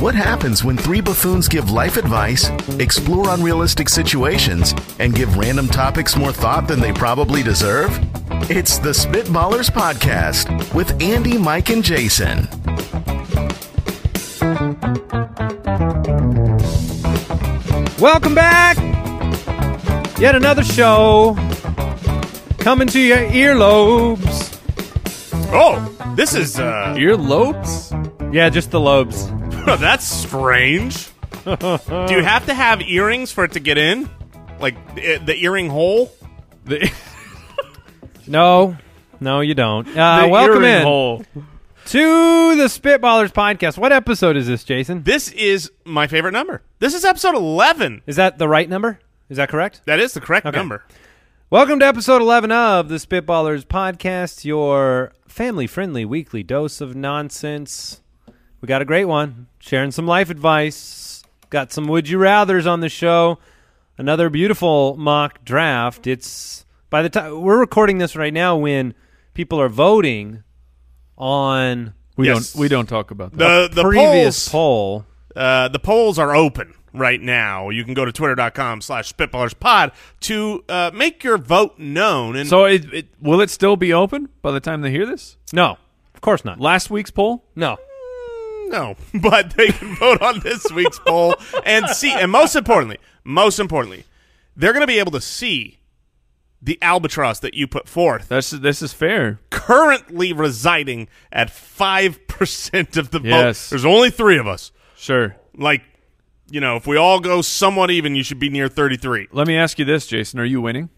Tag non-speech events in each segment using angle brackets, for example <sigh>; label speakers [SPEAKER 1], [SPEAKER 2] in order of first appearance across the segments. [SPEAKER 1] What happens when three buffoons give life advice, explore unrealistic situations, and give random topics more thought than they probably deserve? It's the Spitballers Podcast with Andy, Mike, and Jason.
[SPEAKER 2] Welcome back. Yet another show coming to your earlobes.
[SPEAKER 3] Oh, this is uh <laughs>
[SPEAKER 4] Earlobes?
[SPEAKER 2] Yeah, just the lobes.
[SPEAKER 3] that's strange. Do you have to have earrings for it to get in? Like i- the earring hole?
[SPEAKER 4] The,
[SPEAKER 2] No, no, you don't. Uh,
[SPEAKER 4] the
[SPEAKER 2] welcome
[SPEAKER 4] earring
[SPEAKER 2] in
[SPEAKER 4] hole.
[SPEAKER 2] to the Spitballers podcast. What episode is this, Jason?
[SPEAKER 3] This is my favorite number. This is episode 11.
[SPEAKER 2] Is that the right number? Is that correct?
[SPEAKER 3] That is the correct number.
[SPEAKER 2] Welcome to episode 11 of the Spitballers podcast, your family friendly weekly dose of nonsense. We got a great one, sharing some life advice, got some would you rathers on the show, another beautiful mock draft. It's by the time we're recording this right now when people are voting on
[SPEAKER 4] We
[SPEAKER 3] Yes.
[SPEAKER 4] don't we don't talk about that.
[SPEAKER 3] The the
[SPEAKER 2] previous
[SPEAKER 3] polls
[SPEAKER 2] poll.
[SPEAKER 3] uh, the polls are open right now. You can go to twitter.com slash spitballerspod to uh, make your vote known. And
[SPEAKER 4] so it, it will it still be open by the time they hear this?
[SPEAKER 2] No, of course not.
[SPEAKER 4] Last week's poll?
[SPEAKER 2] No.
[SPEAKER 3] Mm, No, <laughs> but they can vote on this week's poll and see. And most importantly, most importantly, they're going to be able to see the albatross that you put forth
[SPEAKER 4] That's this is fair.
[SPEAKER 3] currently residing at five percent of the vote.
[SPEAKER 4] Yes.
[SPEAKER 3] There's only three of us.
[SPEAKER 4] Sure.
[SPEAKER 3] Like, you know, if we all go somewhat even, you should be near thirty-three.
[SPEAKER 4] Let me ask you this, Jason. Are you winning?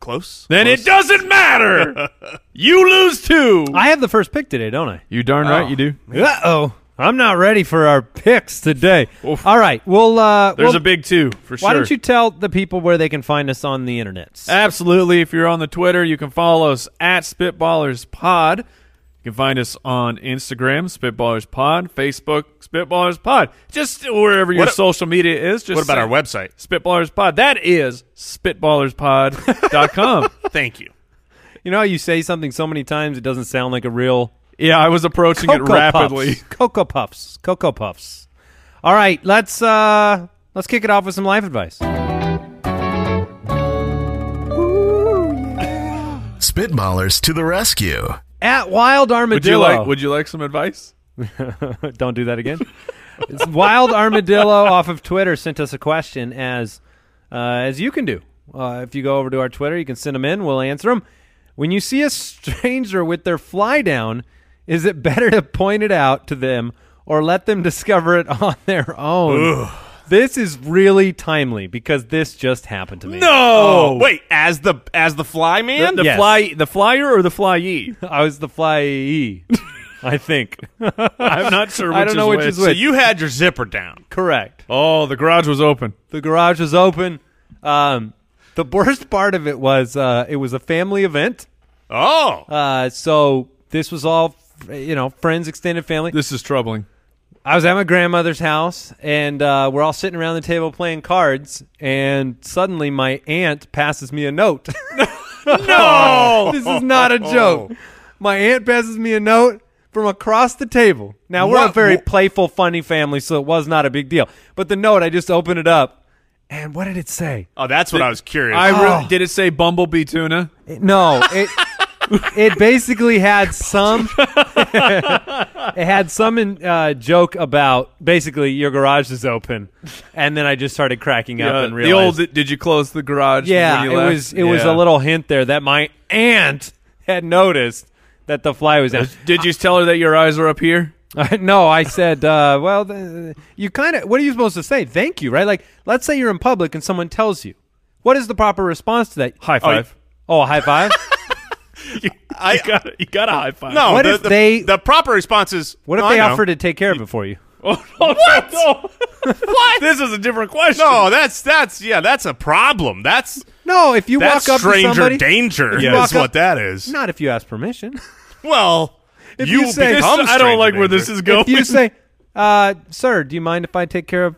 [SPEAKER 3] Close.
[SPEAKER 4] Then it doesn't matter. you lose too.
[SPEAKER 2] I have the first pick today, don't I?
[SPEAKER 4] You darn right you do.
[SPEAKER 2] Uh oh. I'm not ready for our picks today.
[SPEAKER 4] Oof.
[SPEAKER 2] All right. Well, uh,
[SPEAKER 4] There's
[SPEAKER 2] well,
[SPEAKER 4] a big two for sure.
[SPEAKER 2] why don't you tell the people where they can find us on the internet?
[SPEAKER 4] Absolutely. If you're on the Twitter, you can follow us at Spitballers Pod. You can find us on Instagram, Spitballers Pod, Facebook, Spitballers Pod. Just wherever your
[SPEAKER 3] What a-
[SPEAKER 4] social media is. Just
[SPEAKER 3] What about
[SPEAKER 4] say
[SPEAKER 3] our website?
[SPEAKER 4] Spitballers Pod. That is spitballerspod.com.
[SPEAKER 3] Thank you.
[SPEAKER 2] You know how you say something so many times it doesn't sound like a real
[SPEAKER 4] <laughs> yeah, I was approaching it
[SPEAKER 2] Cocoa
[SPEAKER 4] rapidly.
[SPEAKER 2] Puffs. Cocoa Puffs. Cocoa Puffs. All right, let's uh let's kick it off with some life advice.
[SPEAKER 1] Spitballers to the rescue.
[SPEAKER 2] At Wild
[SPEAKER 4] Would you
[SPEAKER 2] Armadillo.
[SPEAKER 4] like would you like some advice?
[SPEAKER 2] <laughs> Don't do that again. It's Wild Armadillo off of Twitter sent us a question as uh, as you can do. Uh, if you go over to our Twitter, you can send them in. We'll answer them. When you see a stranger with their fly down, is it better to point it out to them or let them <laughs> discover it on their own? This is really timely because this just happened to me.
[SPEAKER 4] No.
[SPEAKER 3] Oh, Wait, as the as the fly man,
[SPEAKER 4] The
[SPEAKER 2] Yes.
[SPEAKER 4] fly the flyer or the flyee?
[SPEAKER 2] <laughs> I was the flyee. I
[SPEAKER 4] <laughs>
[SPEAKER 2] think.
[SPEAKER 4] I'm not <laughs> sure which
[SPEAKER 2] I don't know which is
[SPEAKER 3] so
[SPEAKER 2] which.
[SPEAKER 3] you had your zipper down.
[SPEAKER 2] Correct.
[SPEAKER 4] Oh, the garage was open.
[SPEAKER 2] The garage was open. Um, the worst part of it was uh, it was a family event.
[SPEAKER 3] Oh,
[SPEAKER 2] Uh, so this was all, you know, friends, extended family.
[SPEAKER 4] This is troubling.
[SPEAKER 2] I was at my grandmother's house, and uh, we're all sitting around the table playing cards. And suddenly, my aunt passes me a
[SPEAKER 3] <laughs>
[SPEAKER 2] note. no, <laughs> this is not a joke. My aunt passes me a note from across the table. Now we're a
[SPEAKER 3] What-
[SPEAKER 2] very
[SPEAKER 3] wh-
[SPEAKER 2] playful, funny family, so it was not a big deal. But the note, I just opened it up, and what did it say?
[SPEAKER 3] oh, that's what I was curious.
[SPEAKER 4] I really, did it say bumblebee tuna?
[SPEAKER 2] No, it it basically had some <laughs> it had some in, uh, joke about basically your garage is open, and then I just started cracking up
[SPEAKER 4] Yeah,
[SPEAKER 2] and
[SPEAKER 4] the old
[SPEAKER 2] realized
[SPEAKER 4] did you close the garage?
[SPEAKER 2] yeah,
[SPEAKER 4] when
[SPEAKER 2] it
[SPEAKER 4] you left?
[SPEAKER 2] was it was
[SPEAKER 4] Yeah.
[SPEAKER 2] a little hint there that my aunt had noticed that the fly was out.
[SPEAKER 4] Did you tell her that your eyes were up here?
[SPEAKER 2] <laughs> no, I said, uh, well, th- you kind of what are you supposed to say? Thank you, right? Like, let's say you're in public and someone tells you, what is the proper response to that?
[SPEAKER 4] High five.
[SPEAKER 2] Oh, a high
[SPEAKER 4] <laughs>
[SPEAKER 2] five.
[SPEAKER 3] I,
[SPEAKER 4] got you got a high five.
[SPEAKER 3] no,
[SPEAKER 2] What
[SPEAKER 3] the,
[SPEAKER 2] if
[SPEAKER 3] the-
[SPEAKER 2] they-
[SPEAKER 3] the proper response is
[SPEAKER 2] What if
[SPEAKER 3] no,
[SPEAKER 2] they
[SPEAKER 3] I know.
[SPEAKER 2] offered
[SPEAKER 4] <laughs>
[SPEAKER 2] to take care of it for you?
[SPEAKER 3] <laughs>
[SPEAKER 4] what? what? This is a different question.
[SPEAKER 3] No, that's that's yeah, that's a problem. That's
[SPEAKER 2] No, if you
[SPEAKER 3] that's
[SPEAKER 2] walk up
[SPEAKER 3] stranger
[SPEAKER 2] to somebody,
[SPEAKER 3] danger.
[SPEAKER 2] you walk
[SPEAKER 3] Is
[SPEAKER 2] up-
[SPEAKER 3] what that is.
[SPEAKER 2] not if you ask
[SPEAKER 4] <laughs>
[SPEAKER 2] permission.
[SPEAKER 3] Well,
[SPEAKER 2] you
[SPEAKER 3] will
[SPEAKER 2] say-
[SPEAKER 4] This-
[SPEAKER 3] become
[SPEAKER 4] I don't
[SPEAKER 3] stranger
[SPEAKER 4] like where
[SPEAKER 3] danger.
[SPEAKER 4] this is going.
[SPEAKER 2] if you say, uh, "Sir, do you mind if I take care of?"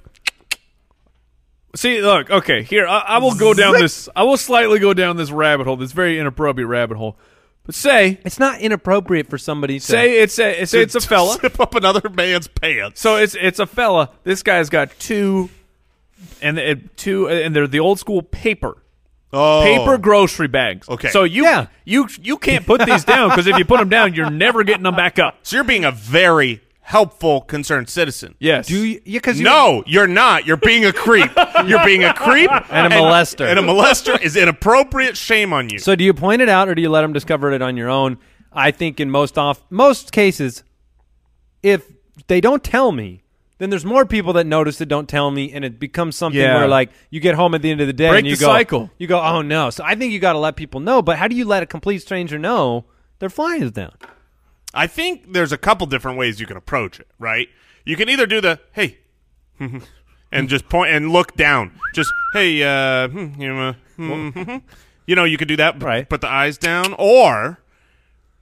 [SPEAKER 4] See, look, okay, here I, I will go down this. I will slightly go down this rabbit hole. This very inappropriate rabbit hole. But say
[SPEAKER 2] It's not inappropriate for somebody to
[SPEAKER 4] say it's a say it's
[SPEAKER 2] <laughs>
[SPEAKER 3] <laughs>
[SPEAKER 4] a fella.
[SPEAKER 3] Zip up another man's pants.
[SPEAKER 4] So it's it's a fella. This guy's got two, and it, two, and they're the old school paper
[SPEAKER 3] Oh.
[SPEAKER 4] paper grocery bags.
[SPEAKER 3] Okay.
[SPEAKER 4] So you
[SPEAKER 2] Yeah.
[SPEAKER 4] you you can't put these down because if you put them down, you're never getting them back up.
[SPEAKER 3] So you're being a very helpful, concerned citizen.
[SPEAKER 4] Yes.
[SPEAKER 2] do you because
[SPEAKER 3] No, you're not. You're being
[SPEAKER 2] <laughs>
[SPEAKER 3] a creep. You're being a creep
[SPEAKER 2] And a molester.
[SPEAKER 3] And, a molester is inappropriate. Shame on you.
[SPEAKER 2] So do you point it out or do you let them discover it on your own? I think in most off most cases, if they don't tell me, then there's more people that notice that don't tell me, and it becomes something
[SPEAKER 4] Yeah.
[SPEAKER 2] where like you get home at the end of the day
[SPEAKER 4] Break
[SPEAKER 2] and you
[SPEAKER 4] the
[SPEAKER 2] go
[SPEAKER 4] cycle.
[SPEAKER 2] You go, oh no. So I think you got to let people know. But how do you let a complete stranger know their fly is down?
[SPEAKER 3] I think there's a couple different ways you can approach it, right? You can either do the hey, <laughs> and just point and look down. Just hey, uh, hmm, you, know, hmm, hmm, hmm." you know, you could do that. but
[SPEAKER 2] Right.
[SPEAKER 3] Put the eyes down, or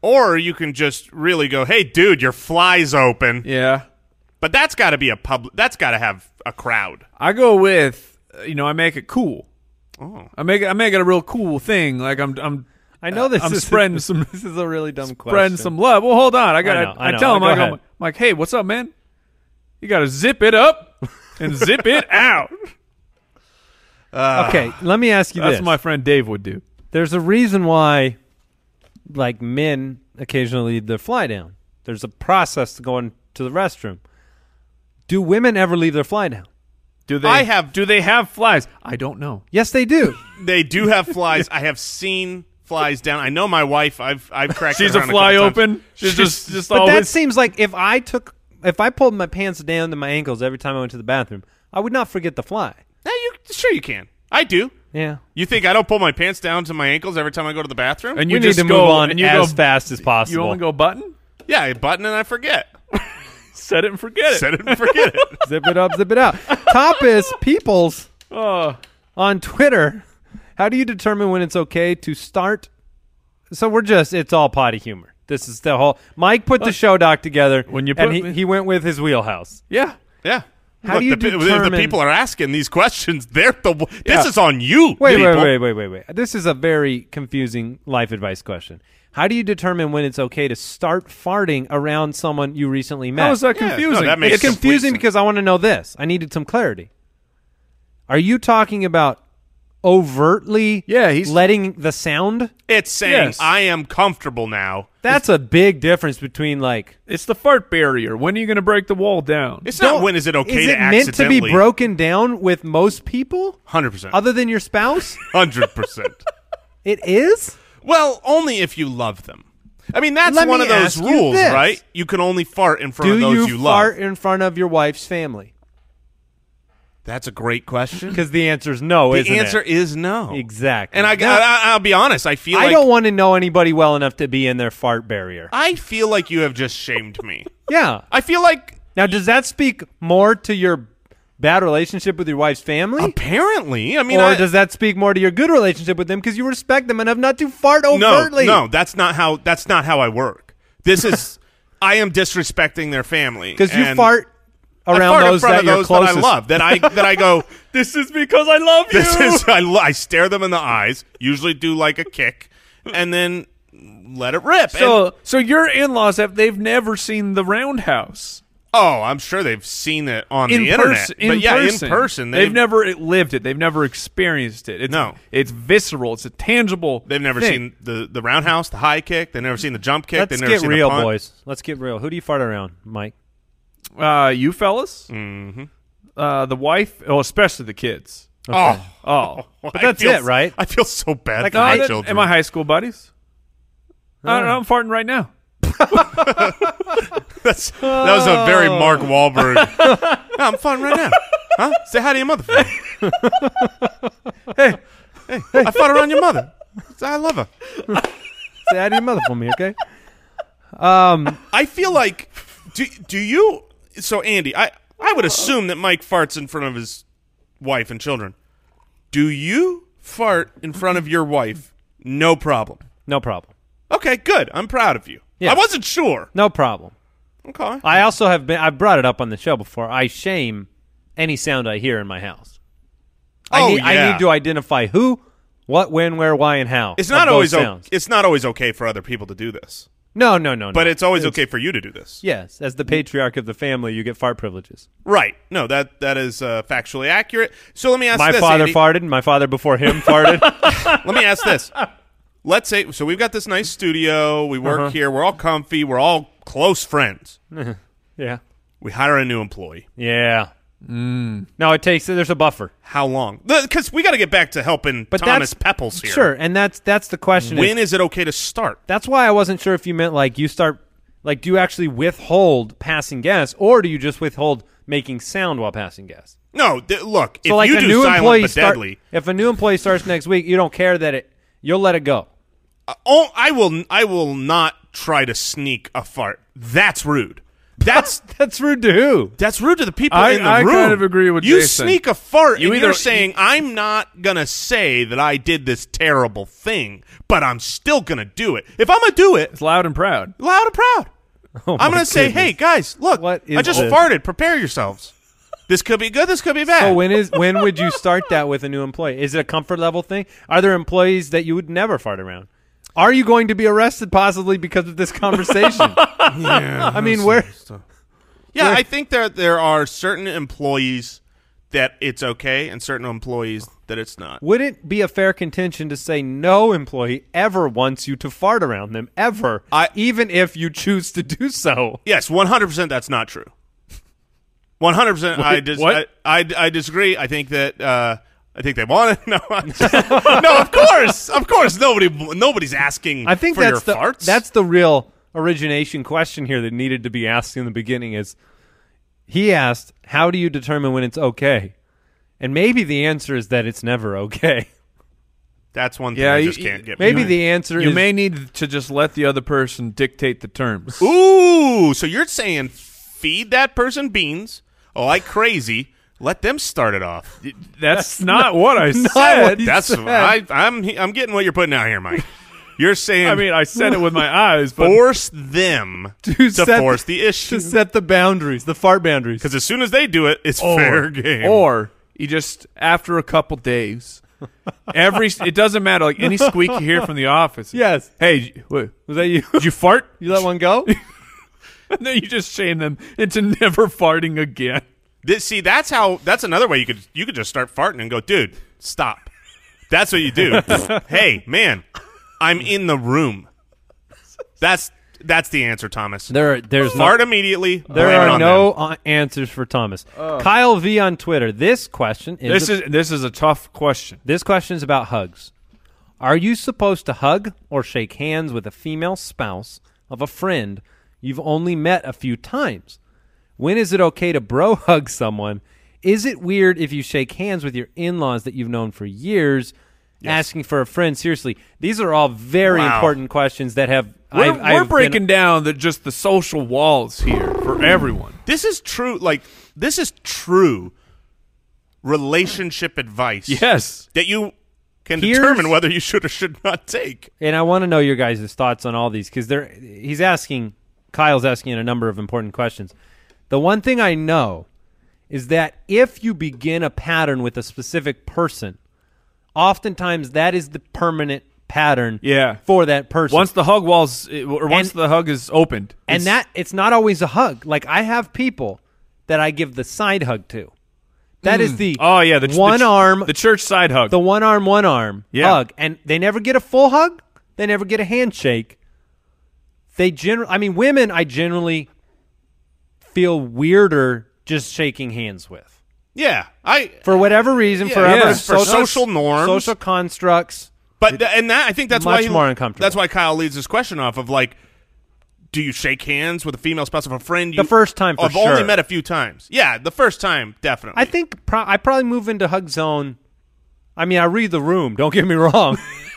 [SPEAKER 3] or you can just really go, hey, dude, your fly's open.
[SPEAKER 4] Yeah.
[SPEAKER 3] But that's got to be a public. That's got to have a crowd.
[SPEAKER 4] I go with uh, you know I make it cool.
[SPEAKER 3] Oh.
[SPEAKER 4] I make it, I make it a real cool thing. Like I'm I'm
[SPEAKER 2] I know <laughs> this
[SPEAKER 4] Uh, I'm
[SPEAKER 2] is
[SPEAKER 4] spreading some
[SPEAKER 2] This is a really dumb question.
[SPEAKER 4] spreading some love. Well, hold on. I got. I,
[SPEAKER 2] I know, I know.
[SPEAKER 4] tell him.
[SPEAKER 2] Go
[SPEAKER 4] I go,
[SPEAKER 2] ahead.
[SPEAKER 4] I'm like, hey, what's up, man? You got to zip it up and zip it
[SPEAKER 2] <laughs>
[SPEAKER 4] out.
[SPEAKER 2] Okay, let me ask you
[SPEAKER 4] Ah. That's
[SPEAKER 2] this.
[SPEAKER 4] what my friend Dave would do.
[SPEAKER 2] there's a reason why like men occasionally their fly down there's a process to going to the restroom do women ever leave their fly down
[SPEAKER 4] Do they?
[SPEAKER 3] I have-
[SPEAKER 4] Do they have flies? I don't know.
[SPEAKER 2] yes they
[SPEAKER 4] <laughs>
[SPEAKER 2] do
[SPEAKER 3] They do have flies. I have seen flies down. I know my wife. I've I've cracked.
[SPEAKER 4] She's
[SPEAKER 3] her
[SPEAKER 4] a
[SPEAKER 3] on
[SPEAKER 4] fly
[SPEAKER 3] couple times.
[SPEAKER 4] open. She's just just
[SPEAKER 2] but that
[SPEAKER 4] always.
[SPEAKER 2] seems like if i took if i pulled my pants down to my ankles every time i went to the bathroom i would not forget the fly
[SPEAKER 3] Yeah, you sure you can. I do.
[SPEAKER 2] yeah
[SPEAKER 3] You think I don't pull my pants down to my ankles every time I go to the bathroom?
[SPEAKER 4] and
[SPEAKER 2] you
[SPEAKER 4] you
[SPEAKER 2] we need to
[SPEAKER 4] just go
[SPEAKER 2] move on
[SPEAKER 4] and you
[SPEAKER 2] as
[SPEAKER 4] go,
[SPEAKER 2] fast as possible
[SPEAKER 4] You only go button.
[SPEAKER 3] yeah, I button and I forget.
[SPEAKER 4] <laughs> Set it and forget it.
[SPEAKER 3] Said it and <laughs> forget it.
[SPEAKER 2] zip it up zip it out Topless peoples
[SPEAKER 4] Oh,
[SPEAKER 2] on Twitter. How do you determine when it's okay to start? So we're just it's all potty humor. This is the whole Mike put the show doc together
[SPEAKER 4] Uh, When you
[SPEAKER 2] and
[SPEAKER 4] put
[SPEAKER 2] he,
[SPEAKER 4] me-
[SPEAKER 2] he went with his wheelhouse.
[SPEAKER 4] yeah.
[SPEAKER 3] Yeah.
[SPEAKER 2] How do you
[SPEAKER 3] the, pe- if the
[SPEAKER 2] determine-
[SPEAKER 3] people are asking these questions? They're the. This
[SPEAKER 4] Yeah.
[SPEAKER 3] is on you.
[SPEAKER 2] Wait,
[SPEAKER 3] people.
[SPEAKER 2] wait, wait, wait, wait, wait. This is a very confusing life advice question. How do you determine when it's okay to start farting around someone you recently met?
[SPEAKER 4] How is that
[SPEAKER 3] Yeah, no,
[SPEAKER 4] confusing?
[SPEAKER 3] that makes
[SPEAKER 2] it's
[SPEAKER 3] complete
[SPEAKER 2] confusing
[SPEAKER 3] sense.
[SPEAKER 2] because I want to know this. I needed some clarity. Are you talking about overtly
[SPEAKER 4] Yeah, he's-
[SPEAKER 2] letting the sound?
[SPEAKER 3] It's saying
[SPEAKER 4] Yes.
[SPEAKER 3] I am comfortable now.
[SPEAKER 2] That's a big difference between like
[SPEAKER 4] it's the fart barrier. When are you going to break the wall down?
[SPEAKER 3] It's
[SPEAKER 2] Don't-
[SPEAKER 3] not when is it okay
[SPEAKER 2] is
[SPEAKER 3] to
[SPEAKER 2] it meant to be
[SPEAKER 3] accidentally.
[SPEAKER 2] broken down with most people
[SPEAKER 3] Hundred percent.
[SPEAKER 2] other than your spouse
[SPEAKER 3] <laughs> Hundred percent.
[SPEAKER 2] <laughs> it is
[SPEAKER 3] Well, only if you love them. I mean, that's
[SPEAKER 2] Let
[SPEAKER 3] one
[SPEAKER 2] me
[SPEAKER 3] of those
[SPEAKER 2] ask you
[SPEAKER 3] rules,
[SPEAKER 2] this.
[SPEAKER 3] right? You can only fart in front
[SPEAKER 2] do
[SPEAKER 3] of those
[SPEAKER 2] you,
[SPEAKER 3] you,
[SPEAKER 2] fart
[SPEAKER 3] love.
[SPEAKER 2] in front of your wife's family
[SPEAKER 3] That's a great question.
[SPEAKER 2] because the answer is no <laughs>
[SPEAKER 3] The
[SPEAKER 2] isn't it?
[SPEAKER 3] answer is no.
[SPEAKER 2] Exactly.
[SPEAKER 3] And I,
[SPEAKER 2] Now-
[SPEAKER 3] I, will be honest. I feel.
[SPEAKER 2] i
[SPEAKER 3] like,
[SPEAKER 2] don't want to know anybody well enough to be in their fart barrier
[SPEAKER 3] I feel like you have just shamed me.
[SPEAKER 2] yeah
[SPEAKER 3] I feel like
[SPEAKER 2] now does that speak more to your bad relationship with your wife's family
[SPEAKER 3] apparently. I mean,
[SPEAKER 2] or
[SPEAKER 3] I,
[SPEAKER 2] does that speak more to your good relationship with them because you respect them enough not to fart
[SPEAKER 3] no,
[SPEAKER 2] overtly?
[SPEAKER 3] no. That's not how. That's not how I work. This is. I am disrespecting their family
[SPEAKER 2] because you
[SPEAKER 3] and
[SPEAKER 2] fart
[SPEAKER 3] I
[SPEAKER 2] around
[SPEAKER 3] fart in
[SPEAKER 2] those
[SPEAKER 3] front
[SPEAKER 2] that
[SPEAKER 3] of
[SPEAKER 2] you're
[SPEAKER 3] those
[SPEAKER 2] closest.
[SPEAKER 3] that I love. That I that
[SPEAKER 2] <laughs>
[SPEAKER 3] I go.
[SPEAKER 4] This is because I love you.
[SPEAKER 3] This <laughs> is. I, lo- I stare them in the eyes. Usually do like a kick, and then let it rip. And-
[SPEAKER 4] so. So your in-laws have they've never seen the roundhouse
[SPEAKER 3] oh, I'm sure they've seen it on the internet.
[SPEAKER 4] pers-
[SPEAKER 3] but yeah, in person,
[SPEAKER 4] They've, never lived it. They've never experienced it. It's,
[SPEAKER 3] No.
[SPEAKER 4] it's visceral. It's a tangible.
[SPEAKER 3] They've never
[SPEAKER 4] thing.
[SPEAKER 3] seen the, the roundhouse, the high kick. They've never seen the jump kick.
[SPEAKER 2] Let's
[SPEAKER 3] they've never
[SPEAKER 2] get
[SPEAKER 3] seen
[SPEAKER 2] real,
[SPEAKER 3] the punt.
[SPEAKER 2] boys. Let's get real. Who do you fart around, Mike?
[SPEAKER 4] Uh, you fellas, mm-hmm. uh, the wife, oh, especially the kids.
[SPEAKER 3] Oh, <laughs>
[SPEAKER 4] Oh,
[SPEAKER 3] But
[SPEAKER 2] that's it, right?
[SPEAKER 3] I feel so bad
[SPEAKER 2] Like,
[SPEAKER 3] for
[SPEAKER 2] no,
[SPEAKER 3] my
[SPEAKER 2] that-
[SPEAKER 3] children.
[SPEAKER 4] and my high school buddies. I don't know, I'm farting right now.
[SPEAKER 3] <laughs> That's, that was a very
[SPEAKER 2] Oh.
[SPEAKER 3] Mark
[SPEAKER 2] <laughs>
[SPEAKER 3] Wahlberg. No, I'm fine right now. Huh? Say hi to your mother. for
[SPEAKER 2] <laughs>
[SPEAKER 3] me. hey, hey, I fought around your mother. Say, I love her.
[SPEAKER 2] Say hi to your mother for me, okay? <laughs>
[SPEAKER 3] I feel like, do do you? So Andy, I I would assume that Mike farts in front of his wife and children. Do you fart in front of your wife? No problem.
[SPEAKER 2] No problem.
[SPEAKER 3] Okay, good. I'm proud of you.
[SPEAKER 2] Yeah.
[SPEAKER 3] I wasn't sure.
[SPEAKER 2] No problem.
[SPEAKER 3] Okay.
[SPEAKER 2] I also have been. I brought it up on the show before. I shame any sound I hear in my house. I
[SPEAKER 3] Oh,
[SPEAKER 2] need, I
[SPEAKER 3] yeah.
[SPEAKER 2] need to identify who, what, when, where, why, and how.
[SPEAKER 3] It's
[SPEAKER 2] of
[SPEAKER 3] not
[SPEAKER 2] those
[SPEAKER 3] always o-
[SPEAKER 2] sounds.
[SPEAKER 3] it's not always okay for other people to do this,
[SPEAKER 2] no, no, no, no.
[SPEAKER 3] but it's always okay for you to do this.
[SPEAKER 2] yes. As the patriarch of the family, you get fart privileges.
[SPEAKER 3] Right? No, that that is uh, factually accurate. So let me ask
[SPEAKER 2] My
[SPEAKER 3] this,
[SPEAKER 2] father
[SPEAKER 3] Andy.
[SPEAKER 2] farted. My father before him
[SPEAKER 3] <laughs>
[SPEAKER 2] farted.
[SPEAKER 3] let me ask this. Let's say so we've got this nice studio. We work
[SPEAKER 2] Uh-huh.
[SPEAKER 3] here. We're all comfy. We're all close friends.
[SPEAKER 2] Yeah,
[SPEAKER 3] We hire a new employee.
[SPEAKER 2] yeah.
[SPEAKER 3] Mm.
[SPEAKER 2] No, it takes. There's a buffer.
[SPEAKER 3] How long? Because we got to get back to helping
[SPEAKER 2] But
[SPEAKER 3] Thomas
[SPEAKER 2] that's,
[SPEAKER 3] Pepples here.
[SPEAKER 2] Sure, and that's that's the question. is-
[SPEAKER 3] When is it okay to start?
[SPEAKER 2] That's why I wasn't sure if you meant like you start like do you actually withhold passing gas or do you just withhold making sound while passing gas?
[SPEAKER 3] No, th- look.
[SPEAKER 2] So
[SPEAKER 3] if
[SPEAKER 2] like
[SPEAKER 3] you
[SPEAKER 2] a
[SPEAKER 3] do
[SPEAKER 2] new
[SPEAKER 3] silent
[SPEAKER 2] employee
[SPEAKER 3] but
[SPEAKER 2] start,
[SPEAKER 3] deadly,
[SPEAKER 2] if a new employee starts next week, you don't care that it you'll let it go.
[SPEAKER 3] oh, I will. I will not try to sneak a fart. That's rude. That's
[SPEAKER 2] <laughs> That's rude to who?
[SPEAKER 3] that's rude to the people
[SPEAKER 4] I-
[SPEAKER 3] in the
[SPEAKER 4] I
[SPEAKER 3] room.
[SPEAKER 4] kind of agree with
[SPEAKER 3] you.
[SPEAKER 4] Jason.
[SPEAKER 3] Sneak a fart,
[SPEAKER 4] You
[SPEAKER 3] and
[SPEAKER 4] either-
[SPEAKER 3] you're saying I'm not gonna say that I did this terrible thing, but I'm still gonna do it. If I'm gonna do it,
[SPEAKER 4] It's loud and proud.
[SPEAKER 3] loud and
[SPEAKER 4] <laughs>
[SPEAKER 3] proud.
[SPEAKER 4] Oh
[SPEAKER 3] I'm
[SPEAKER 2] my
[SPEAKER 3] gonna say,
[SPEAKER 2] goodness.
[SPEAKER 3] hey guys, look,
[SPEAKER 2] What
[SPEAKER 3] I
[SPEAKER 2] is
[SPEAKER 3] just
[SPEAKER 2] this?
[SPEAKER 3] farted. Prepare yourselves. This could be good. This could be bad.
[SPEAKER 2] So Oh, when is when would you start that with a new employee? Is it a comfort level thing? Are there employees that you would never fart around? Are you going to be arrested possibly because of this conversation? I mean, where
[SPEAKER 3] Yeah, I think that there are certain employees that it's okay and certain employees that it's not.
[SPEAKER 2] Would it be a fair contention to say no employee ever wants you to fart around them ever,
[SPEAKER 3] I-
[SPEAKER 2] even if you choose to do so?
[SPEAKER 3] Yes, 100% that's not true. 100% I, dis-
[SPEAKER 4] what?
[SPEAKER 3] I, I I disagree. I think that uh, I think they want it. <laughs> No, I'm just- no, of course, of course, nobody nobody's asking.
[SPEAKER 2] I think
[SPEAKER 3] for
[SPEAKER 2] that's the
[SPEAKER 3] your farts.
[SPEAKER 2] that's the real origination question here that needed to be asked in the beginning. Is he asked, "How do you determine when it's okay?" And maybe the answer is that it's never okay.
[SPEAKER 3] that's one thing
[SPEAKER 4] Yeah,
[SPEAKER 3] I
[SPEAKER 4] you-
[SPEAKER 3] just can't get.
[SPEAKER 2] Maybe the answer
[SPEAKER 4] You
[SPEAKER 2] is
[SPEAKER 4] may need to just let the other person dictate the terms.
[SPEAKER 3] Ooh, so you're saying feed that person beans like crazy. Let them start
[SPEAKER 2] <laughs>
[SPEAKER 3] it off.
[SPEAKER 4] That's <laughs> not what I
[SPEAKER 2] what
[SPEAKER 4] said.
[SPEAKER 2] he
[SPEAKER 3] That's
[SPEAKER 2] said.
[SPEAKER 3] I, I'm I'm getting what you're putting out here, Mike.
[SPEAKER 2] <laughs>
[SPEAKER 3] You're saying
[SPEAKER 4] I mean, I said it with my eyes, but
[SPEAKER 3] force
[SPEAKER 2] <laughs>
[SPEAKER 3] them to,
[SPEAKER 2] set-
[SPEAKER 3] force the issue
[SPEAKER 2] to set the boundaries, the fart boundaries.
[SPEAKER 3] because as soon as they do it, it's fair game.
[SPEAKER 4] Or you just after a couple days, every it doesn't matter. Like any squeak you hear from the office.
[SPEAKER 2] Yes.
[SPEAKER 4] Hey, j- wait,
[SPEAKER 2] Was <laughs> that you?
[SPEAKER 4] did you fart?
[SPEAKER 2] you let one go?
[SPEAKER 4] And <laughs> then you just shame them into <laughs> never farting again.
[SPEAKER 3] This, see, that's how. That's another way you could you could just start farting and go, dude, stop. That's what you <laughs> do. hey, man, I'm in the room. That's that's the answer, Thomas.
[SPEAKER 2] There, are, there's no-
[SPEAKER 3] Fart immediately.
[SPEAKER 2] There
[SPEAKER 3] blame it
[SPEAKER 2] are
[SPEAKER 3] on
[SPEAKER 2] no
[SPEAKER 3] them.
[SPEAKER 2] uh, answers for Thomas. Kyle V on Twitter. This question is
[SPEAKER 4] This is this is a tough question.
[SPEAKER 2] this question is about hugs. Are you supposed to hug or shake hands with a female spouse of a friend you've only met a few times? When is it okay to bro <laughs> hug someone? Is it weird if you shake hands with your in-laws that you've known for years? Asking for a friend, seriously. These are all very
[SPEAKER 3] Wow.
[SPEAKER 2] important questions that have
[SPEAKER 4] We're,
[SPEAKER 2] I've-
[SPEAKER 4] we're
[SPEAKER 2] I've been-
[SPEAKER 4] breaking down the just the social walls here
[SPEAKER 2] <laughs>
[SPEAKER 4] for everyone.
[SPEAKER 3] This is true. Like this is true relationship advice.
[SPEAKER 4] Yes.
[SPEAKER 3] That you can
[SPEAKER 2] Here's-
[SPEAKER 3] determine whether you should or should not take.
[SPEAKER 2] and I want to know your guys' thoughts on all these because they're he's asking Kyle's asking a number of important questions. The one thing I know is that if you begin a pattern with a specific person, oftentimes that is the permanent pattern
[SPEAKER 4] Yeah.
[SPEAKER 2] for that person.
[SPEAKER 4] Once the hug walls, eh, or once
[SPEAKER 2] And-
[SPEAKER 4] the hug is opened,
[SPEAKER 2] and
[SPEAKER 4] it's-
[SPEAKER 2] that it's not always a hug. Like I have people that I give the side hug to. That is the
[SPEAKER 4] Oh yeah, the ch- the ch-
[SPEAKER 2] one arm
[SPEAKER 4] the church side hug.
[SPEAKER 2] the one arm, one arm
[SPEAKER 4] Yeah.
[SPEAKER 2] hug, and they never get a full hug. They never get a handshake. They generally, I mean, women, I generally feel weirder just shaking hands with
[SPEAKER 3] Yeah, I.
[SPEAKER 2] for whatever reason, for
[SPEAKER 4] yeah.
[SPEAKER 2] other
[SPEAKER 4] It's
[SPEAKER 3] for social norms.
[SPEAKER 2] social constructs.
[SPEAKER 3] But th- and that I think that's why
[SPEAKER 2] much
[SPEAKER 3] he-
[SPEAKER 2] more uncomfortable.
[SPEAKER 3] That's why Kyle leads this question off of like, do you shake hands with a female spouse of a friend? You,
[SPEAKER 2] The first time for
[SPEAKER 3] I've only
[SPEAKER 2] sure.
[SPEAKER 3] met a few times. Yeah, the first time definitely.
[SPEAKER 2] I think pro- I probably move into hug zone. I mean, I read the room. Don't get me wrong. <laughs>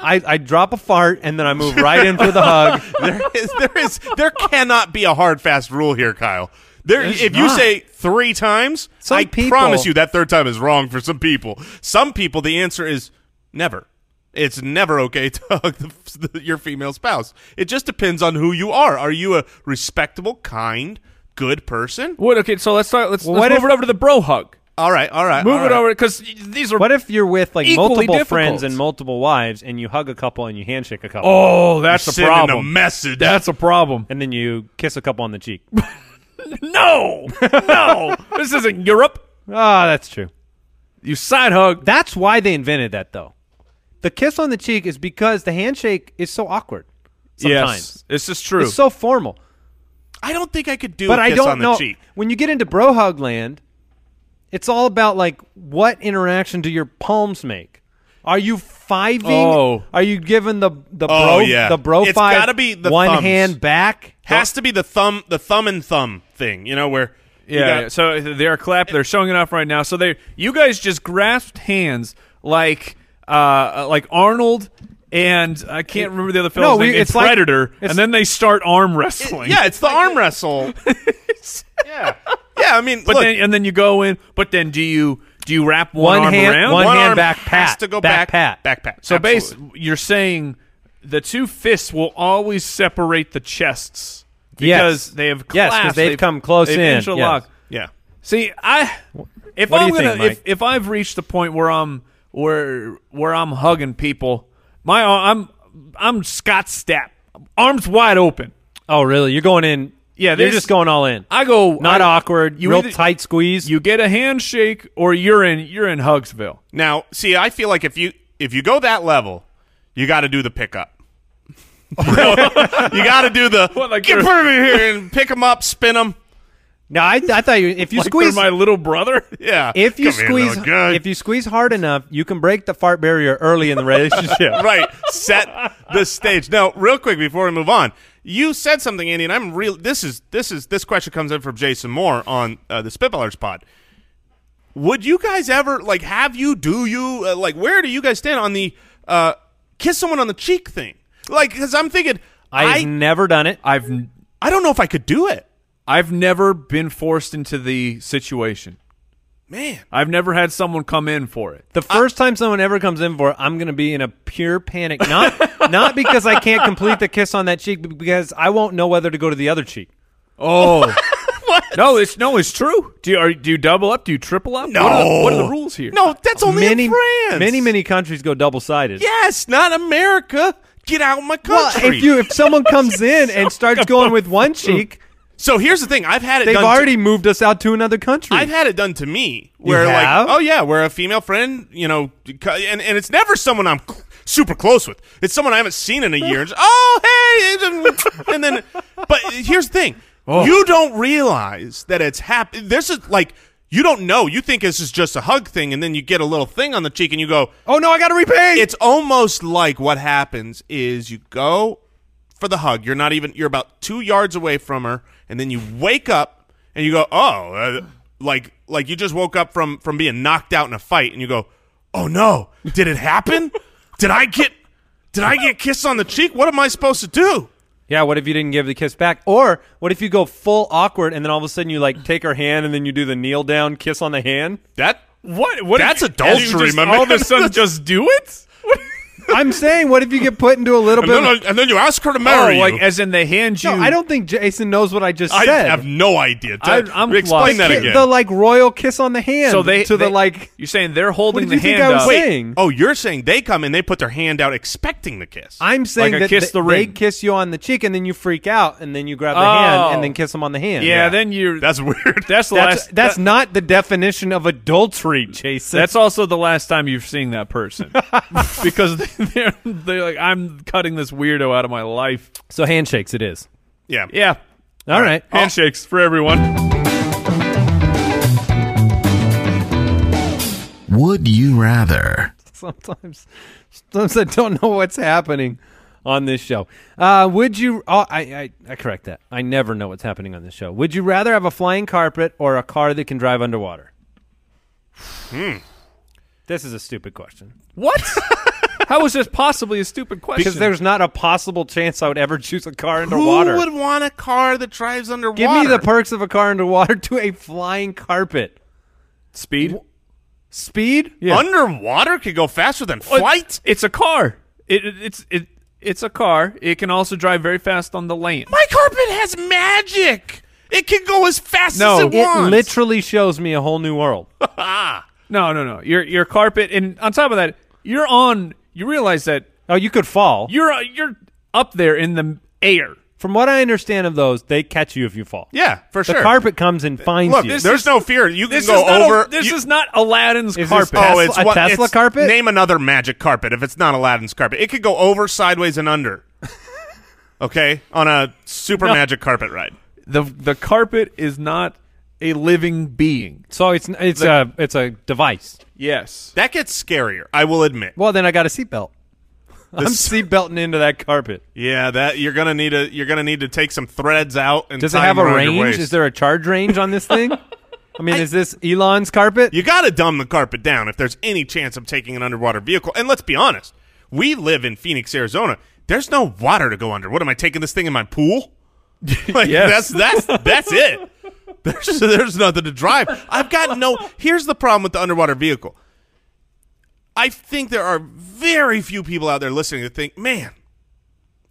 [SPEAKER 2] I, I drop a fart and then I move right in for the
[SPEAKER 4] <laughs>
[SPEAKER 2] hug.
[SPEAKER 3] there <laughs> is there is there cannot be a hard fast rule here, Kyle. There, if you
[SPEAKER 2] not.
[SPEAKER 3] say three times,
[SPEAKER 2] Some
[SPEAKER 3] I
[SPEAKER 2] people-
[SPEAKER 3] promise you that third time is wrong for some people. Some people, the answer is never. It's never okay <laughs> to hug the, your female spouse. It just depends on who you are. Are you a respectable, kind, good person?
[SPEAKER 4] What? Okay, so let's start. Let's,
[SPEAKER 2] Well, what
[SPEAKER 4] let's move
[SPEAKER 2] if-
[SPEAKER 4] it over to the bro hug.
[SPEAKER 3] All right, all right.
[SPEAKER 4] Move
[SPEAKER 3] all
[SPEAKER 4] it
[SPEAKER 3] right.
[SPEAKER 4] over because these are.
[SPEAKER 2] What if you're with like
[SPEAKER 4] Equally
[SPEAKER 2] multiple
[SPEAKER 4] difficult.
[SPEAKER 2] friends and multiple wives, and you hug a couple and you handshake a couple,
[SPEAKER 4] oh, that's a
[SPEAKER 3] Sending
[SPEAKER 4] problem.
[SPEAKER 3] a message.
[SPEAKER 4] That's a problem.
[SPEAKER 2] <laughs> and then you kiss a couple on the cheek?
[SPEAKER 4] No,
[SPEAKER 2] <laughs>
[SPEAKER 4] no, this isn't Europe.
[SPEAKER 2] Ah, that's true.
[SPEAKER 4] You side hug.
[SPEAKER 2] That's why they invented that, though. The kiss on the cheek is because the handshake is so awkward. Sometimes
[SPEAKER 4] Yes, this is true.
[SPEAKER 2] it's so formal.
[SPEAKER 3] I don't think I could do
[SPEAKER 2] but
[SPEAKER 3] a
[SPEAKER 2] I
[SPEAKER 3] kiss
[SPEAKER 2] don't
[SPEAKER 3] on the
[SPEAKER 2] know
[SPEAKER 3] cheek.
[SPEAKER 2] when you get into bro hug land, it's all about like what interaction do your palms make? Are you fiving?
[SPEAKER 4] Oh.
[SPEAKER 2] Are you giving the the
[SPEAKER 3] Oh,
[SPEAKER 2] bro
[SPEAKER 3] yeah.
[SPEAKER 2] the bro
[SPEAKER 3] It's
[SPEAKER 2] five?
[SPEAKER 3] gotta be the
[SPEAKER 2] one
[SPEAKER 3] thumbs.
[SPEAKER 2] hand back.
[SPEAKER 3] Has to be the thumb, the thumb and thumb thing. You know where? you
[SPEAKER 4] yeah,
[SPEAKER 3] got-
[SPEAKER 4] yeah, So uh, they're clapping. They're showing it off right now. So they, you guys, just grasped hands like, uh, like Arnold and I can't remember the other fellow's
[SPEAKER 2] we-
[SPEAKER 4] name. in
[SPEAKER 2] it's like-
[SPEAKER 4] Predator,
[SPEAKER 2] it's-
[SPEAKER 4] and then they start arm wrestling.
[SPEAKER 3] yeah, it's the arm
[SPEAKER 2] <laughs>
[SPEAKER 3] wrestle. yeah, yeah. I mean,
[SPEAKER 4] but
[SPEAKER 3] look,
[SPEAKER 4] then and then you go in. But then do you do you wrap one,
[SPEAKER 2] One
[SPEAKER 4] arm
[SPEAKER 2] hand-
[SPEAKER 4] around?
[SPEAKER 2] one
[SPEAKER 3] one
[SPEAKER 2] hand
[SPEAKER 3] arm
[SPEAKER 2] back
[SPEAKER 3] has
[SPEAKER 2] pat,
[SPEAKER 3] to go
[SPEAKER 2] back pat.
[SPEAKER 3] back, back pat.
[SPEAKER 4] So
[SPEAKER 3] Absolutely.
[SPEAKER 4] basically, you're saying the two fists will always separate the chests because
[SPEAKER 2] Yes.
[SPEAKER 4] they have
[SPEAKER 2] Yes, 'cause
[SPEAKER 4] collapsed,
[SPEAKER 2] they've come close
[SPEAKER 4] they've
[SPEAKER 2] in,
[SPEAKER 4] interlocked.
[SPEAKER 2] yes.
[SPEAKER 3] yeah.
[SPEAKER 4] See, I if
[SPEAKER 2] What do
[SPEAKER 4] I'm
[SPEAKER 2] you
[SPEAKER 4] gonna
[SPEAKER 2] think, Mike?
[SPEAKER 4] if, if I've reached the point where I'm where where I'm hugging people, my ar- I'm I'm Scott Stapp, arms wide open.
[SPEAKER 2] Oh really? You're going in.
[SPEAKER 4] Yeah,
[SPEAKER 2] you're
[SPEAKER 4] this-
[SPEAKER 2] just going all in.
[SPEAKER 4] I go
[SPEAKER 2] Not
[SPEAKER 4] I-
[SPEAKER 2] awkward. real
[SPEAKER 4] either-
[SPEAKER 2] tight squeeze.
[SPEAKER 4] You get a handshake or you're in you're in Hugsville.
[SPEAKER 3] Now, see, I feel like if you if you go that level, you got to do
[SPEAKER 2] <laughs>
[SPEAKER 3] the pickup. <laughs> you got to do the
[SPEAKER 4] What, like
[SPEAKER 3] get
[SPEAKER 4] they're-
[SPEAKER 3] over here and pick them up, spin them.
[SPEAKER 2] no, I, I thought you. If you
[SPEAKER 4] Like
[SPEAKER 2] squeeze,
[SPEAKER 4] they're my little brother. <laughs>
[SPEAKER 3] Yeah,
[SPEAKER 2] if you
[SPEAKER 3] Come here,
[SPEAKER 2] squeeze,
[SPEAKER 3] little guy.
[SPEAKER 2] if you squeeze hard enough, you can break the fart barrier early in the relationship.
[SPEAKER 3] <laughs> right. Set the stage. Now, real quick before we move on, you said something, Andy, and I'm real. This is this is this question comes in from Jason Moore on uh, the Spitballers Pod. Would you guys ever like have you do you uh, like where do you guys stand on the uh, kiss someone on the cheek thing? Like, because I'm thinking
[SPEAKER 2] I've
[SPEAKER 3] I
[SPEAKER 2] never done it.
[SPEAKER 4] I've n-
[SPEAKER 3] I don't know if I could do it,
[SPEAKER 4] I've never been forced into the situation.
[SPEAKER 3] man.
[SPEAKER 4] I've never had someone come in for it.
[SPEAKER 2] The first time someone ever comes in for it, I'm going to be in a pure panic.
[SPEAKER 3] <laughs>
[SPEAKER 2] Not not because I can't complete the kiss on that cheek, but because I won't know whether to go to the other cheek.
[SPEAKER 4] Oh. No, it's no, it's true. Do you are, do you double up? Do you triple up?
[SPEAKER 3] No,
[SPEAKER 4] What are the, what are the rules here?
[SPEAKER 3] No, that's only
[SPEAKER 2] many,
[SPEAKER 3] in France.
[SPEAKER 2] many, many countries go double sided.
[SPEAKER 3] Yes, not America. Get out of my
[SPEAKER 2] Well,
[SPEAKER 3] country.
[SPEAKER 2] if you if
[SPEAKER 3] <laughs>
[SPEAKER 2] someone comes in and starts going with one cheek,
[SPEAKER 3] so here's the thing. I've had it.
[SPEAKER 2] they've
[SPEAKER 3] done to-
[SPEAKER 2] already moved us out to another country.
[SPEAKER 3] I've had it done to me where like
[SPEAKER 2] have?
[SPEAKER 3] oh yeah, where a female friend, you know, c- and and it's never someone I'm cl- super close with. It's someone I haven't seen in a year. And just, oh hey, <laughs> and then but here's the thing.
[SPEAKER 2] Oh.
[SPEAKER 3] You don't realize that it's happening. This is like you don't know. You think this is just a hug thing and then you get a little thing on the cheek and you go,
[SPEAKER 2] oh no, I got to repay.
[SPEAKER 3] it's almost like what happens is you go for the hug. You're not even. You're about two yards away from her, and then you wake up and you go, "Oh, uh, like like you just woke up from from being knocked out in a fight," and you go, "Oh no, did it happen? did I get did I get kissed on the cheek? What am I supposed to do?"
[SPEAKER 2] yeah, what if you didn't give the kiss back? Or what if you go full awkward and then all of a sudden you like take her hand and then you do the kneel down kiss on the hand?
[SPEAKER 3] That
[SPEAKER 4] What? What?
[SPEAKER 3] That's
[SPEAKER 4] if you-
[SPEAKER 3] adultery,
[SPEAKER 4] you just
[SPEAKER 3] my
[SPEAKER 4] All of a
[SPEAKER 3] man. <laughs>
[SPEAKER 4] sudden, just do it.
[SPEAKER 2] I'm saying, what if you get put into a little
[SPEAKER 3] and
[SPEAKER 2] bit? of-
[SPEAKER 3] then, and then you ask her to
[SPEAKER 4] Oh,
[SPEAKER 3] marry
[SPEAKER 4] like
[SPEAKER 3] you.
[SPEAKER 4] as in they hand you.
[SPEAKER 2] No, I don't think Jason knows what I just
[SPEAKER 3] I
[SPEAKER 2] said.
[SPEAKER 3] have no idea.
[SPEAKER 4] I- I'm
[SPEAKER 3] explain
[SPEAKER 4] lost.
[SPEAKER 3] that
[SPEAKER 2] Ki-
[SPEAKER 3] again.
[SPEAKER 2] The like royal kiss on the hand.
[SPEAKER 4] So they
[SPEAKER 2] to the
[SPEAKER 4] they-
[SPEAKER 2] like.
[SPEAKER 4] You're saying they're holding
[SPEAKER 2] did you
[SPEAKER 4] the
[SPEAKER 2] think
[SPEAKER 4] hand
[SPEAKER 2] I was
[SPEAKER 4] up.
[SPEAKER 2] saying? thing.
[SPEAKER 3] Oh, you're saying they come and they put their hand out expecting the kiss.
[SPEAKER 2] I'm saying
[SPEAKER 4] a
[SPEAKER 2] that
[SPEAKER 4] kiss
[SPEAKER 2] th-
[SPEAKER 4] the
[SPEAKER 2] they
[SPEAKER 4] ring.
[SPEAKER 2] kiss you on the cheek and then you freak out and then you grab the hand
[SPEAKER 4] Oh.
[SPEAKER 2] and then kiss them on the hand.
[SPEAKER 4] yeah, Then you're.
[SPEAKER 3] That's <laughs> weird.
[SPEAKER 4] that's
[SPEAKER 2] that's
[SPEAKER 4] the last.
[SPEAKER 2] that's
[SPEAKER 4] that-
[SPEAKER 2] not the definition of adultery, Jason.
[SPEAKER 4] that's also the last time you've seen
[SPEAKER 2] <laughs>
[SPEAKER 4] that person because they- they're they're like I'm cutting this weirdo out of my life.
[SPEAKER 2] so handshakes. It is.
[SPEAKER 3] yeah.
[SPEAKER 4] Yeah.
[SPEAKER 2] All right.
[SPEAKER 4] Handshakes for everyone.
[SPEAKER 1] Would you rather?
[SPEAKER 2] <laughs> Sometimes, sometimes I don't know what's happening on this show. Uh, would you? Oh, I, I I correct that. I never know what's happening on this show. Would you rather have a flying carpet or a car that can drive underwater?
[SPEAKER 3] Hmm.
[SPEAKER 2] This is a stupid question.
[SPEAKER 4] <laughs> What? How is this possibly a stupid question?
[SPEAKER 2] Because there's not a possible chance I would ever choose a car
[SPEAKER 3] Who
[SPEAKER 2] underwater.
[SPEAKER 3] would want a car that drives underwater?
[SPEAKER 2] Give me the perks of a car underwater <laughs> to a flying carpet.
[SPEAKER 4] speed.
[SPEAKER 2] Speed?
[SPEAKER 3] Underwater could go faster than
[SPEAKER 4] But
[SPEAKER 3] flight.
[SPEAKER 4] Oh, It's a car. It, it- it's it it's a car. It can also drive very fast on the land.
[SPEAKER 3] My carpet has magic. It can go as fast
[SPEAKER 4] No,
[SPEAKER 3] as
[SPEAKER 4] it
[SPEAKER 3] it, wants.
[SPEAKER 2] literally shows me a whole new world.
[SPEAKER 4] No, no, no. Your your carpet, and on top of that, you're on. You realize that
[SPEAKER 2] Oh, you could fall.
[SPEAKER 4] you're uh, you're up there in the air.
[SPEAKER 2] From what I understand of those, they catch you if you fall.
[SPEAKER 3] <laughs> yeah, for
[SPEAKER 2] the
[SPEAKER 3] sure.
[SPEAKER 2] carpet comes and finds
[SPEAKER 3] Look,
[SPEAKER 2] you.
[SPEAKER 3] there's no fear. You can
[SPEAKER 4] This
[SPEAKER 3] go
[SPEAKER 4] is not
[SPEAKER 3] over.
[SPEAKER 4] A, this
[SPEAKER 3] you-
[SPEAKER 4] is not Aladdin's
[SPEAKER 2] Is this
[SPEAKER 4] carpet.
[SPEAKER 2] Tesla-
[SPEAKER 3] oh, it's
[SPEAKER 2] a
[SPEAKER 3] one-
[SPEAKER 2] Tesla
[SPEAKER 3] it's-
[SPEAKER 2] carpet?
[SPEAKER 3] Name another magic carpet if it's not Aladdin's carpet. It could go over, sideways, and under. okay, on a super magic carpet ride.
[SPEAKER 4] the the carpet is not a living being.
[SPEAKER 2] so it's it's a it's a device.
[SPEAKER 4] Yes.
[SPEAKER 3] That gets scarier. I will admit.
[SPEAKER 2] Well, then I got a seatbelt. <laughs> I'm seatbelting into that carpet.
[SPEAKER 3] Yeah, that you're gonna need a you're gonna need to take some threads out and
[SPEAKER 2] Does it
[SPEAKER 3] tie
[SPEAKER 2] have
[SPEAKER 3] them
[SPEAKER 2] a
[SPEAKER 3] around your
[SPEAKER 2] range?
[SPEAKER 3] waist.
[SPEAKER 2] Is there a charge range on <laughs> this thing? I mean, is this Elon's carpet?
[SPEAKER 3] You got to dumb the carpet down if there's any chance of taking an underwater vehicle. And let's be honest, we live in Phoenix, Arizona. There's no water to go under. What am I taking this thing in my pool? <laughs> Like
[SPEAKER 4] Yes.
[SPEAKER 3] that's that's that's it. <laughs> There's there's nothing to drive. I've got no. Here's the problem with the underwater vehicle. I think there are very few people out there listening to think, man,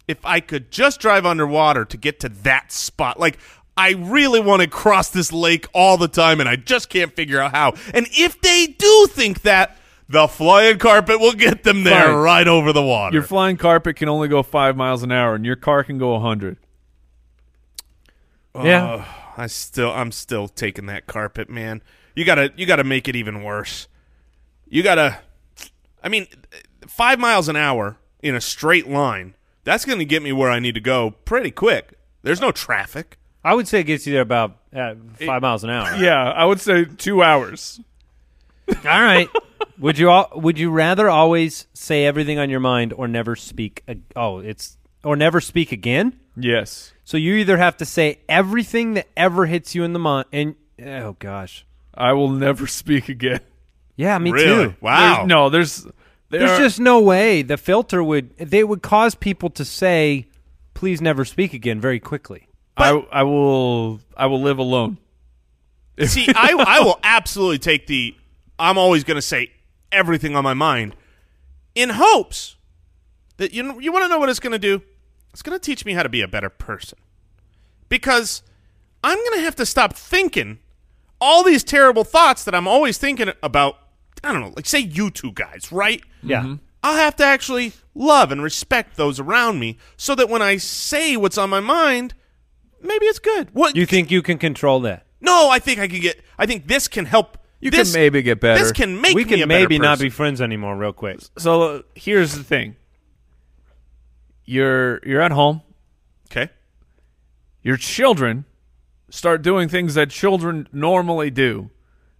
[SPEAKER 3] if I could just drive underwater to get to that spot, like I really want to cross this lake all the time and I just can't figure out how. And if they do think that, the flying carpet will get them there
[SPEAKER 4] Fine.
[SPEAKER 3] right over the water.
[SPEAKER 4] Your flying carpet can only go five miles an hour, and your car can go hundred.
[SPEAKER 2] yeah.
[SPEAKER 3] I still I'm still taking that carpet, man. You gotta you gotta make it even worse. You gotta I mean five miles an hour in a straight line, that's gonna get me where I need to go pretty quick. There's no traffic.
[SPEAKER 2] I would say it gets you there about uh, five miles <laughs> an hour.
[SPEAKER 4] Yeah, I would say two hours.
[SPEAKER 2] All right. Would you all, would you rather always say everything on your mind or never speak? ag- Oh, it's or never speak again.
[SPEAKER 4] Yes.
[SPEAKER 2] So you either have to say everything that ever hits you in the mind, and oh gosh,
[SPEAKER 4] I will never <laughs> speak again.
[SPEAKER 2] yeah, me
[SPEAKER 3] really?
[SPEAKER 2] too.
[SPEAKER 3] Wow.
[SPEAKER 4] There's- no, there's there
[SPEAKER 2] There's
[SPEAKER 4] are-
[SPEAKER 2] just no way the filter would they would cause people to say, "Please never speak again" very quickly.
[SPEAKER 4] I I will I will live alone.
[SPEAKER 3] <laughs> See, I I will absolutely take the I'm always gonna say everything on my mind in hopes that you know, you wanna know what it's gonna do? It's gonna teach me how to be a better person. Because I'm gonna have to stop thinking all these terrible thoughts that I'm always thinking about I don't know, like say you two guys, right?
[SPEAKER 2] Yeah.
[SPEAKER 3] I'll have to actually love and respect those around me so that when I say what's on my mind, maybe it's good. What
[SPEAKER 2] You think you can control that?
[SPEAKER 3] no, I think I can get. I think this can help. You
[SPEAKER 4] can maybe get better.
[SPEAKER 3] This can make
[SPEAKER 2] we
[SPEAKER 3] me
[SPEAKER 2] can
[SPEAKER 3] a better
[SPEAKER 2] maybe not be
[SPEAKER 3] person.
[SPEAKER 2] friends anymore, real quick.
[SPEAKER 4] So uh, here's the thing. You're you're at home.
[SPEAKER 3] Okay.
[SPEAKER 4] Your children start doing things that children normally do,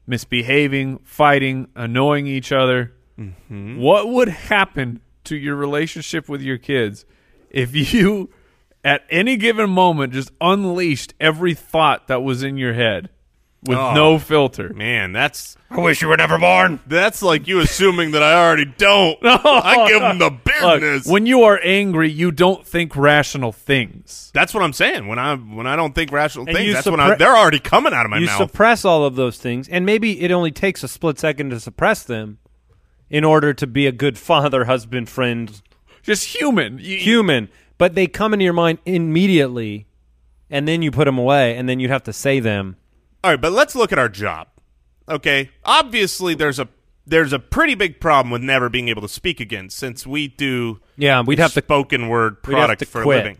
[SPEAKER 4] misbehaving, fighting, annoying each other.
[SPEAKER 3] Mm-hmm.
[SPEAKER 4] What would happen to your relationship with your kids if you at any given moment just unleashed every thought that was in your head with
[SPEAKER 3] Oh.
[SPEAKER 4] no filter?
[SPEAKER 3] Man, that's. I wish you were never born. That's like you assuming that I already
[SPEAKER 2] <laughs>
[SPEAKER 3] don't. I give them the
[SPEAKER 4] Look,
[SPEAKER 3] business.
[SPEAKER 4] when you are angry, you don't think rational things.
[SPEAKER 3] that's what I'm saying. When I when I don't think rational
[SPEAKER 2] And
[SPEAKER 3] things,
[SPEAKER 2] you
[SPEAKER 3] that's when I,
[SPEAKER 2] suppre-
[SPEAKER 3] they're already coming out of my
[SPEAKER 2] you
[SPEAKER 3] mouth.
[SPEAKER 2] suppress all of those things, and maybe it only takes a split second to suppress them in order to be a good father, husband, friend,
[SPEAKER 4] Just human.
[SPEAKER 3] E-
[SPEAKER 4] You-
[SPEAKER 2] human. But they come into your mind immediately, and then you put them away, and then you have to say them.
[SPEAKER 3] All right, but let's look at our job. Okay, obviously there's a there's a pretty big problem with never being able to speak again since we do
[SPEAKER 2] Yeah, we'd have to.
[SPEAKER 3] spoken word
[SPEAKER 2] have
[SPEAKER 3] product
[SPEAKER 2] to
[SPEAKER 3] for
[SPEAKER 2] quit.
[SPEAKER 3] a living.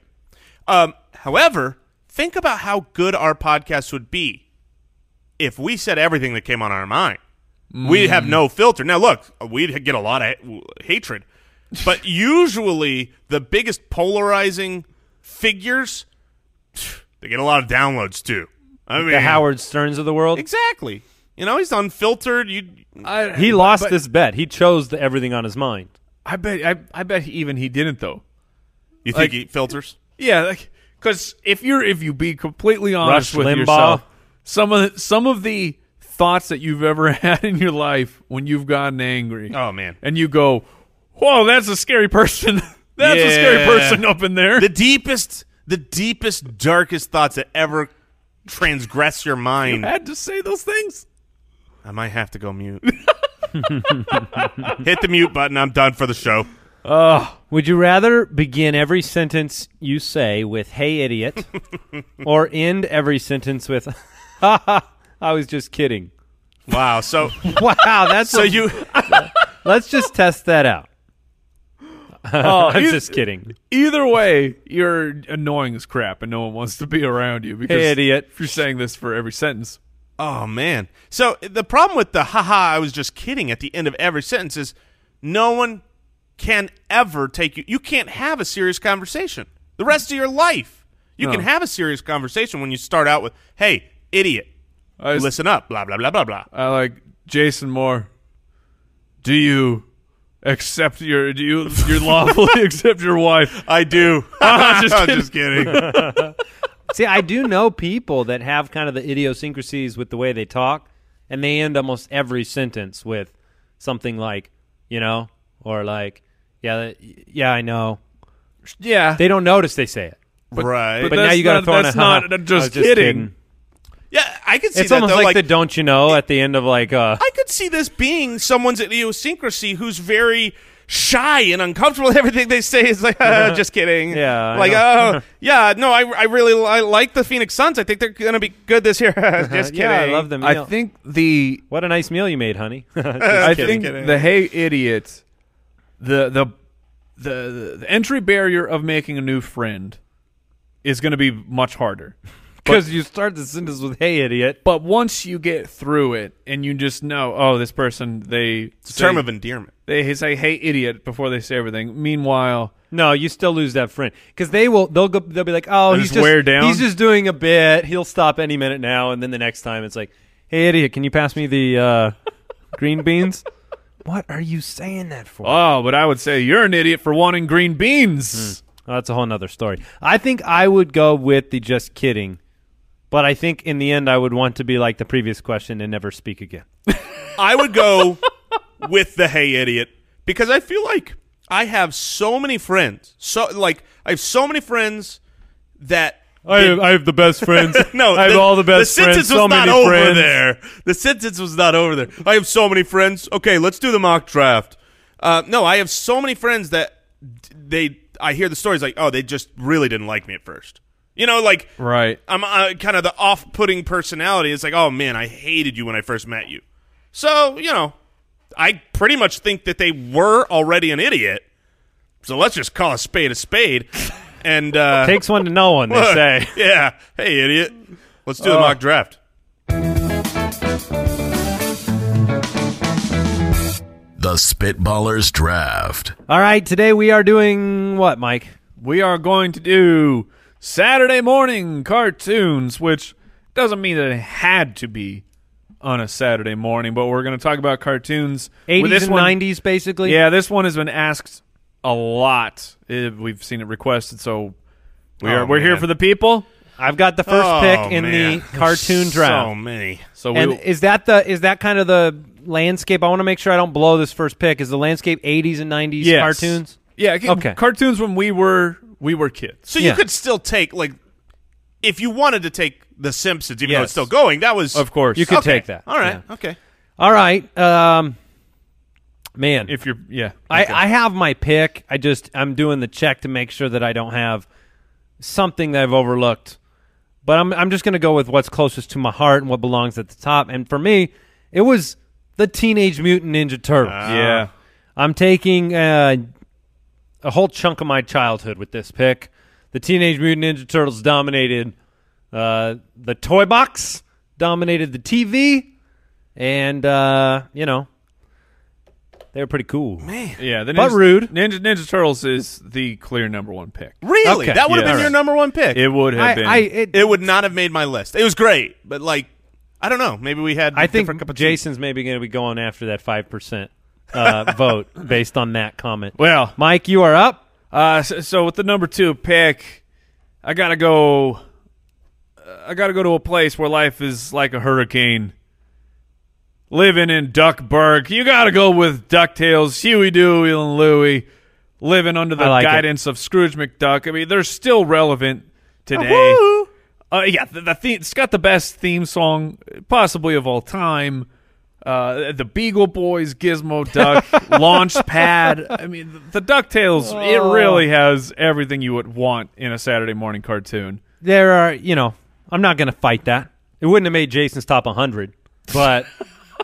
[SPEAKER 3] Um, however, think about how good our podcast would be if we said everything that came on our mind.
[SPEAKER 2] Mm.
[SPEAKER 3] We'd have no filter. Now, look, we'd get a lot of ha- hatred,
[SPEAKER 2] <laughs>
[SPEAKER 3] but usually the biggest polarizing figures they get a lot of downloads too. I mean,
[SPEAKER 2] The Howard Stearns of the world.
[SPEAKER 3] exactly. You know, he's unfiltered. You
[SPEAKER 4] I-
[SPEAKER 2] He lost
[SPEAKER 4] but-
[SPEAKER 2] this bet. He chose the everything on his mind.
[SPEAKER 4] I bet. I, I bet he, even he didn't though.
[SPEAKER 3] you think
[SPEAKER 4] Like-
[SPEAKER 3] he filters?
[SPEAKER 4] Yeah, like because if you're if you be completely honest
[SPEAKER 2] Rush
[SPEAKER 4] with
[SPEAKER 2] Limbaugh.
[SPEAKER 4] yourself, some of the, some of the thoughts that you've ever <laughs> had in your life when you've gotten angry,
[SPEAKER 3] Oh man,
[SPEAKER 4] and you go, "Whoa, that's a scary person. <laughs> that's a scary
[SPEAKER 3] Yeah.
[SPEAKER 4] person up in there."
[SPEAKER 3] the deepest the deepest darkest thoughts that ever transgress your
[SPEAKER 4] I
[SPEAKER 3] mind
[SPEAKER 4] had to say those things.
[SPEAKER 3] i might have to go mute hit the mute button i'm done for the show
[SPEAKER 4] Oh,
[SPEAKER 2] Would you rather begin every sentence you say with "Hey,
[SPEAKER 4] <laughs>
[SPEAKER 2] idiot," or end every sentence with <laughs> "Ha ha"? I was just kidding.
[SPEAKER 3] Wow. So
[SPEAKER 4] <laughs>
[SPEAKER 2] Wow, that's
[SPEAKER 3] so
[SPEAKER 2] a-
[SPEAKER 3] you
[SPEAKER 2] Let's just test that
[SPEAKER 4] <laughs>
[SPEAKER 2] out. <laughs> I'm
[SPEAKER 4] Oh, you-
[SPEAKER 2] just kidding.
[SPEAKER 4] Either way, you're annoying as crap, and no one wants to be around you because
[SPEAKER 2] Hey, idiot.
[SPEAKER 4] if you're saying this for every sentence.
[SPEAKER 3] Oh man. So the problem with the haha I was just kidding at the end of every sentence is no one can ever take you you can't have a serious conversation. The rest of your life. You can have a serious conversation when you start out with, "Hey, idiot,
[SPEAKER 4] I, was-
[SPEAKER 3] listen up." blah blah blah blah blah.
[SPEAKER 4] I like Jason Moore. Do you accept your do you you
[SPEAKER 2] <laughs>
[SPEAKER 4] lawfully accept your wife?
[SPEAKER 3] I do.
[SPEAKER 4] I'm
[SPEAKER 3] <laughs>
[SPEAKER 4] just
[SPEAKER 3] I'm
[SPEAKER 2] <laughs>
[SPEAKER 3] just kidding.
[SPEAKER 2] See, I do know people that have kind of the idiosyncrasies with the way they talk, and they end almost every sentence with something like, you know, or like, yeah, yeah, I know.
[SPEAKER 4] Yeah.
[SPEAKER 2] They don't notice they say it.
[SPEAKER 3] right.
[SPEAKER 2] But now
[SPEAKER 4] That's
[SPEAKER 2] you got to
[SPEAKER 4] not-
[SPEAKER 2] throw in
[SPEAKER 4] that's
[SPEAKER 2] a <laughs> "Ha,
[SPEAKER 4] not-
[SPEAKER 2] ha, I
[SPEAKER 4] I'm just
[SPEAKER 2] was
[SPEAKER 4] kidding."
[SPEAKER 3] yeah, I could see
[SPEAKER 2] It's
[SPEAKER 3] that
[SPEAKER 2] almost
[SPEAKER 3] though,
[SPEAKER 2] like,
[SPEAKER 3] like
[SPEAKER 2] the "Don't you know" at the end of like, uh,
[SPEAKER 3] I could see this being someone's idiosyncrasy who's very shy and uncomfortable. <laughs> Everything they say is
[SPEAKER 2] <laughs>
[SPEAKER 3] like, <laughs> uh, just kidding.
[SPEAKER 2] Yeah, I
[SPEAKER 3] Like,
[SPEAKER 2] know. <laughs>
[SPEAKER 3] oh, yeah, no, I, I really li- I like the Phoenix Suns. I think they're going to be good this year. <laughs> just kidding.
[SPEAKER 2] Uh-huh, yeah, I love the meal.
[SPEAKER 4] I think the
[SPEAKER 2] what a nice meal you made, honey. <laughs>
[SPEAKER 4] I
[SPEAKER 3] kidding,
[SPEAKER 4] think
[SPEAKER 3] kidding.
[SPEAKER 4] the hey idiot, the the the the entry barrier of making a new friend is going to be much harder.
[SPEAKER 2] Because you start the sentence with "Hey, idiot."
[SPEAKER 4] But once you get through it and you just know, oh, this person they
[SPEAKER 3] It's a term of endearment.
[SPEAKER 4] they say hey idiot before they say everything. Meanwhile,
[SPEAKER 2] No, you still lose that friend because they will. They'll go. They'll be like, "Oh,
[SPEAKER 4] They'll
[SPEAKER 2] he's
[SPEAKER 4] just wear down?
[SPEAKER 2] He's just doing a bit. He'll stop any minute now." And then the next time, it's like, "Hey, idiot, can you pass me the uh, <laughs> green beans?" what are you saying that for?
[SPEAKER 4] oh, but I would say you're an idiot for wanting green beans.
[SPEAKER 2] Oh, that's a whole nother story. I think I would go with the just kidding, but I think in the end, I would want to be like the previous question and never speak again.
[SPEAKER 3] I
[SPEAKER 2] <laughs>
[SPEAKER 3] would go with the hey idiot because I feel like I have so many friends. So like I have so many friends that
[SPEAKER 2] I have the best <laughs> friends.
[SPEAKER 3] no, The sentence was not over there. The sentence was not over there. I have so many friends. Okay, let's do the mock draft. Uh, no, I have so many friends that d- they. I hear the stories like, oh, they just really didn't like me at first. You know, like
[SPEAKER 4] Right.
[SPEAKER 3] I'm uh, kind of the off-putting personality. It's like, oh man, I hated you when I first met you. So you know, I pretty much think that they were already an idiot. So let's just call a spade a spade. And uh,
[SPEAKER 2] Takes one to know one, they say.
[SPEAKER 3] <laughs>
[SPEAKER 2] Oh.
[SPEAKER 3] yeah. Hey, idiot. Let's do the mock draft.
[SPEAKER 1] The Spitballers Draft.
[SPEAKER 2] All right, today we are doing what, Mike?
[SPEAKER 4] We are going to do Saturday morning cartoons, which doesn't mean that it had to be on a Saturday morning, but we're going to talk about cartoons. With
[SPEAKER 2] 80s
[SPEAKER 4] this
[SPEAKER 2] and
[SPEAKER 4] one-
[SPEAKER 2] 90s, basically.
[SPEAKER 4] Yeah, this one has been asked a lot. Eh, We've seen it requested, so we are
[SPEAKER 3] Oh,
[SPEAKER 4] we're here
[SPEAKER 3] man.
[SPEAKER 4] for the people.
[SPEAKER 2] I've got the first
[SPEAKER 3] Oh,
[SPEAKER 2] pick in
[SPEAKER 3] man.
[SPEAKER 2] the cartoon
[SPEAKER 3] So
[SPEAKER 2] draft.
[SPEAKER 3] many.
[SPEAKER 4] So we
[SPEAKER 2] and is that the is that kind of the landscape? I want to make sure I don't blow this first pick. Is the landscape 80s and 90s
[SPEAKER 4] Yes.
[SPEAKER 2] cartoons?
[SPEAKER 4] yeah, okay.
[SPEAKER 2] Okay.
[SPEAKER 4] cartoons when we were we were kids.
[SPEAKER 3] So you
[SPEAKER 2] Yeah.
[SPEAKER 3] could still take like, if you wanted to take The Simpsons, even though it's
[SPEAKER 4] Yes.
[SPEAKER 3] still going, that was
[SPEAKER 4] Of course.
[SPEAKER 2] You could
[SPEAKER 3] Okay.
[SPEAKER 2] take that.
[SPEAKER 3] All right.
[SPEAKER 2] Yeah.
[SPEAKER 3] Okay.
[SPEAKER 2] All right. Um, man,
[SPEAKER 4] if you're yeah. okay.
[SPEAKER 2] I, I have my pick. I just I'm doing the check to make sure that I don't have something that I've overlooked. But I'm I'm just gonna go with what's closest to my heart and what belongs at the top. And for me, it was the Teenage Mutant Ninja Turtles.
[SPEAKER 4] Ah. yeah.
[SPEAKER 2] I'm taking uh, a whole chunk of my childhood with this pick. The Teenage Mutant Ninja Turtles dominated uh, the toy box, dominated the TV, and uh, you know they were pretty cool.
[SPEAKER 4] Yeah, the
[SPEAKER 2] But
[SPEAKER 4] Ninja-
[SPEAKER 2] rude.
[SPEAKER 4] Ninja Ninja Turtles is the clear number one pick.
[SPEAKER 3] Really?
[SPEAKER 2] Okay.
[SPEAKER 3] That would have been
[SPEAKER 4] Yeah. All
[SPEAKER 3] your
[SPEAKER 4] right.
[SPEAKER 3] number one pick.
[SPEAKER 4] It would have
[SPEAKER 2] I,
[SPEAKER 4] been.
[SPEAKER 2] I, it,
[SPEAKER 3] It would not have made my list. It was great, but like, I don't know. Maybe we had.
[SPEAKER 2] I
[SPEAKER 3] a different cup
[SPEAKER 2] think
[SPEAKER 3] of
[SPEAKER 2] Jason's maybe going to be going after that five percent uh, <laughs> vote based on that comment.
[SPEAKER 4] well,
[SPEAKER 2] Mike, you are up.
[SPEAKER 4] uh, so, so with the number two pick, I gotta go. I gotta go to a place where life is like a hurricane. Living in Duckburg, you gotta go with Ducktales, Huey, Dewey, and Louie. Living under the
[SPEAKER 2] I like it.
[SPEAKER 4] guidance of Scrooge McDuck. I mean, they're still relevant today.
[SPEAKER 3] tea.
[SPEAKER 4] Uh, yeah, the, the theme, it's got the best theme song possibly of all time. uh, the Beagle Boys, Gizmo
[SPEAKER 2] <laughs>
[SPEAKER 4] Duck, Launchpad. I mean, th- the DuckTales,
[SPEAKER 2] Oh.
[SPEAKER 4] it really has everything you would want in a Saturday morning cartoon.
[SPEAKER 2] There are, you know, I'm not going to fight that. It wouldn't have made Jason's top 100, <laughs> but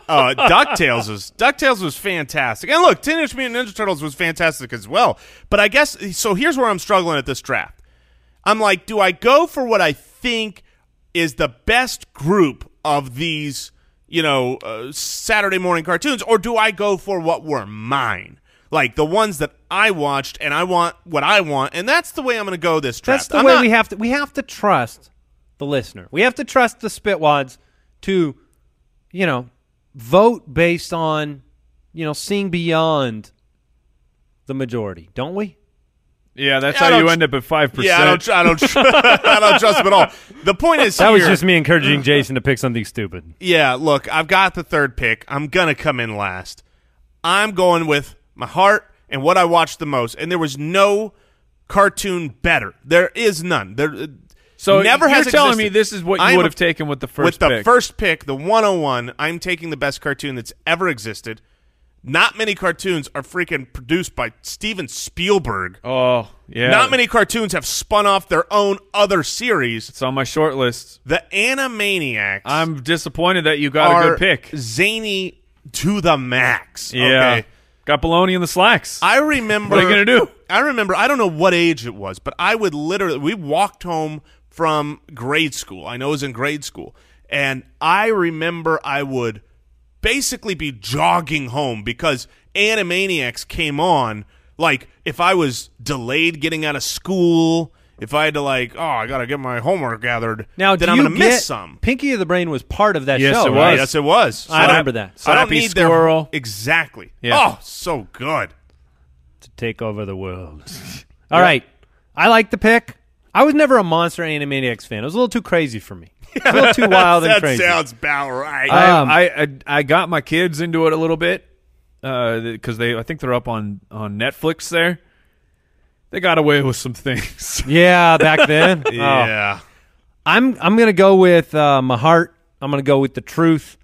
[SPEAKER 3] uh, Ducktales was Ducktales was fantastic, and look, Teenage Mutant Ninja Turtles was fantastic as well. But I guess so. Here's where I'm struggling at this draft. I'm like, do I go for what I think is the best group of these, you know, uh, Saturday morning cartoons, or do I go for what were mine? Like the ones that I watched, and I want what I want, and that's the way I'm going to go this draft.
[SPEAKER 2] that's the
[SPEAKER 3] I'm
[SPEAKER 2] way
[SPEAKER 3] not-
[SPEAKER 2] we have to we have to trust the listener. We have to trust the spitwads to you know, vote based on you know, seeing beyond the majority, don't we?
[SPEAKER 4] Yeah, that's
[SPEAKER 3] Yeah, I
[SPEAKER 4] how you
[SPEAKER 3] don't-
[SPEAKER 4] end up at 5%.
[SPEAKER 3] Yeah, I don't, tr- I don't, tr- <laughs> I don't trust them at all. The point is,
[SPEAKER 2] That was
[SPEAKER 3] here-
[SPEAKER 2] just me
[SPEAKER 4] <laughs>
[SPEAKER 2] encouraging Jason to pick something stupid.
[SPEAKER 3] Yeah, look, I've got the third pick. I'm going to come in last. I'm going with my heart and what I watched the most. And there was no cartoon better. There is none. There uh,
[SPEAKER 4] so
[SPEAKER 3] never
[SPEAKER 4] you're
[SPEAKER 3] has
[SPEAKER 4] telling me
[SPEAKER 3] existed.
[SPEAKER 4] this is what
[SPEAKER 3] I
[SPEAKER 4] you
[SPEAKER 3] am
[SPEAKER 4] would
[SPEAKER 3] a-
[SPEAKER 4] have taken with the first
[SPEAKER 3] with the
[SPEAKER 4] pick.
[SPEAKER 3] first pick, the 101, I'm taking the best cartoon that's ever existed. Not many cartoons are freaking produced by Steven Spielberg.
[SPEAKER 4] oh, yeah.
[SPEAKER 3] Not many cartoons have spun off their own other series.
[SPEAKER 4] It's on my short list.
[SPEAKER 3] The Animaniacs.
[SPEAKER 4] I'm disappointed that you got a
[SPEAKER 3] are
[SPEAKER 4] good pick.
[SPEAKER 3] Zany to the max.
[SPEAKER 4] Yeah.
[SPEAKER 3] Okay?
[SPEAKER 4] Got baloney in the slacks.
[SPEAKER 3] I remember.
[SPEAKER 4] What are you gonna do?
[SPEAKER 3] I remember. I don't know what age it was, but I would literally. We walked home from grade school. I know it was in grade school, and I remember I would basically be jogging home because Animaniacs came on. Like if I was delayed getting out of school, if I had to like, oh, I gotta get my homework gathered.
[SPEAKER 2] Now,
[SPEAKER 3] then
[SPEAKER 2] do
[SPEAKER 3] I'm
[SPEAKER 2] you
[SPEAKER 3] gonna
[SPEAKER 2] get,
[SPEAKER 3] miss some.
[SPEAKER 2] Pinky of the Brain was part of that
[SPEAKER 4] Yes,
[SPEAKER 2] show.
[SPEAKER 4] it
[SPEAKER 2] right?
[SPEAKER 4] was.
[SPEAKER 3] Yes, it was.
[SPEAKER 2] I remember that.
[SPEAKER 3] I don't
[SPEAKER 4] Slappy
[SPEAKER 3] need
[SPEAKER 4] Squirrel.
[SPEAKER 3] their exactly.
[SPEAKER 4] Yeah.
[SPEAKER 3] Oh, so good.
[SPEAKER 2] to take over the world. All right, I like the pick. I was never a monster Animaniacs fan. It was a little too crazy for
[SPEAKER 3] <laughs>
[SPEAKER 2] me. It's a little too wild and
[SPEAKER 3] that
[SPEAKER 2] crazy.
[SPEAKER 3] sounds about right.
[SPEAKER 4] I,
[SPEAKER 2] Um,
[SPEAKER 4] I, I I got my kids into it a little bit because they I think they're up on on Netflix there. They got away with some <laughs> things.
[SPEAKER 2] yeah, back then.
[SPEAKER 3] <laughs>
[SPEAKER 2] Oh.
[SPEAKER 3] yeah.
[SPEAKER 2] I'm I'm gonna go with uh, my heart. I'm gonna go with the truth.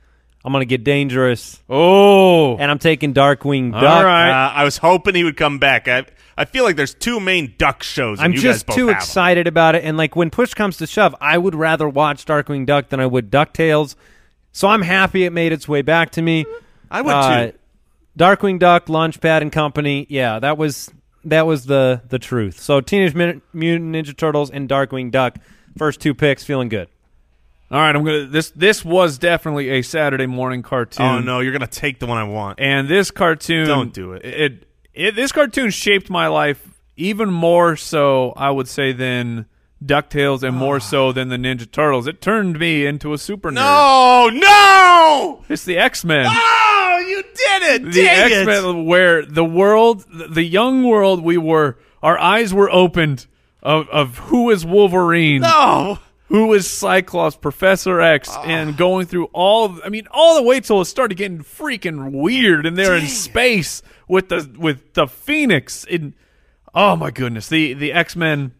[SPEAKER 2] I'm gonna get dangerous,
[SPEAKER 4] oh,
[SPEAKER 2] and I'm taking Darkwing Duck.
[SPEAKER 4] all right.
[SPEAKER 3] Uh, I was hoping he would come back. I I feel like there's two main duck shows. And
[SPEAKER 2] I'm
[SPEAKER 3] you
[SPEAKER 2] just
[SPEAKER 3] guys both
[SPEAKER 2] too
[SPEAKER 3] have 'em.
[SPEAKER 2] excited about it, and like when push comes to shove, I would rather watch Darkwing Duck than I would Ducktales. So I'm happy it made its way back to me.
[SPEAKER 3] I would
[SPEAKER 2] Uh,
[SPEAKER 3] too.
[SPEAKER 2] Darkwing Duck, Launchpad and Company. Yeah, that was that was the the truth. So Teenage Min- Mutant Ninja Turtles and Darkwing Duck, first two picks, feeling good.
[SPEAKER 4] all right. I'm gonna this this was definitely a Saturday morning cartoon.
[SPEAKER 3] Oh no, you're gonna take the one I want.
[SPEAKER 4] And this cartoon
[SPEAKER 3] Don't do it.
[SPEAKER 4] It, it this cartoon shaped my life even more so I would say than Ducktales and more so than the Ninja Turtles. It turned me into a super nerd.
[SPEAKER 3] No, no!
[SPEAKER 4] It's the X Men.
[SPEAKER 3] Oh, you did it!
[SPEAKER 4] the
[SPEAKER 3] Dang
[SPEAKER 4] X
[SPEAKER 3] it!
[SPEAKER 4] Men, where the world, the- the young world, we were, our eyes were opened of, of who is Wolverine,
[SPEAKER 3] No,
[SPEAKER 4] who is Cyclops, Professor X,
[SPEAKER 3] Ah.
[SPEAKER 4] and going through all. Of, I mean, all the way till it started getting freaking weird, and they're in space with the with the Phoenix. In oh my goodness, the the X Men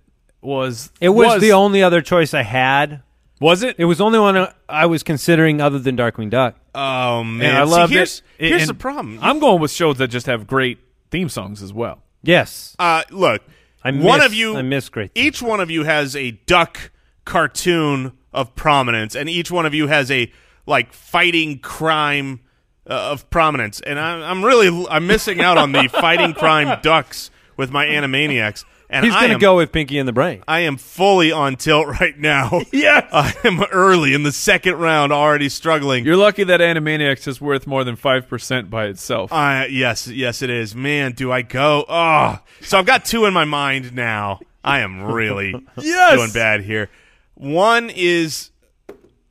[SPEAKER 4] was
[SPEAKER 2] It was,
[SPEAKER 4] was
[SPEAKER 2] the only other choice I had.
[SPEAKER 4] was it
[SPEAKER 2] It was the only one I- I was considering other than Darkwing Duck.
[SPEAKER 3] oh man,
[SPEAKER 4] And I love
[SPEAKER 3] See, here's,
[SPEAKER 4] it. It-
[SPEAKER 3] Here's
[SPEAKER 4] and
[SPEAKER 3] the problem.
[SPEAKER 4] I'm going with shows that just have great theme songs as well.
[SPEAKER 2] Yes,
[SPEAKER 3] uh, look,
[SPEAKER 2] I miss,
[SPEAKER 3] one of you,
[SPEAKER 2] I miss great.
[SPEAKER 3] each one of you has a duck cartoon of prominence, and each one of you has a like fighting crime uh, of prominence. And I, I'm really I'm missing out on the fighting crime ducks with my Animaniacs. And
[SPEAKER 2] He's
[SPEAKER 3] I
[SPEAKER 2] gonna
[SPEAKER 3] am,
[SPEAKER 2] go with Pinky in the Brain.
[SPEAKER 3] I am fully on tilt
[SPEAKER 2] <laughs>
[SPEAKER 3] right now.
[SPEAKER 4] Yes.
[SPEAKER 3] I am early in the second round, already struggling.
[SPEAKER 4] Uh, You're lucky that Animaniacs is worth more than five percent by itself.
[SPEAKER 3] Uh, yes, yes, it is. Man, do I go? Oh, so I've got two in my mind now. I am really
[SPEAKER 4] Yes!
[SPEAKER 3] doing bad here. One is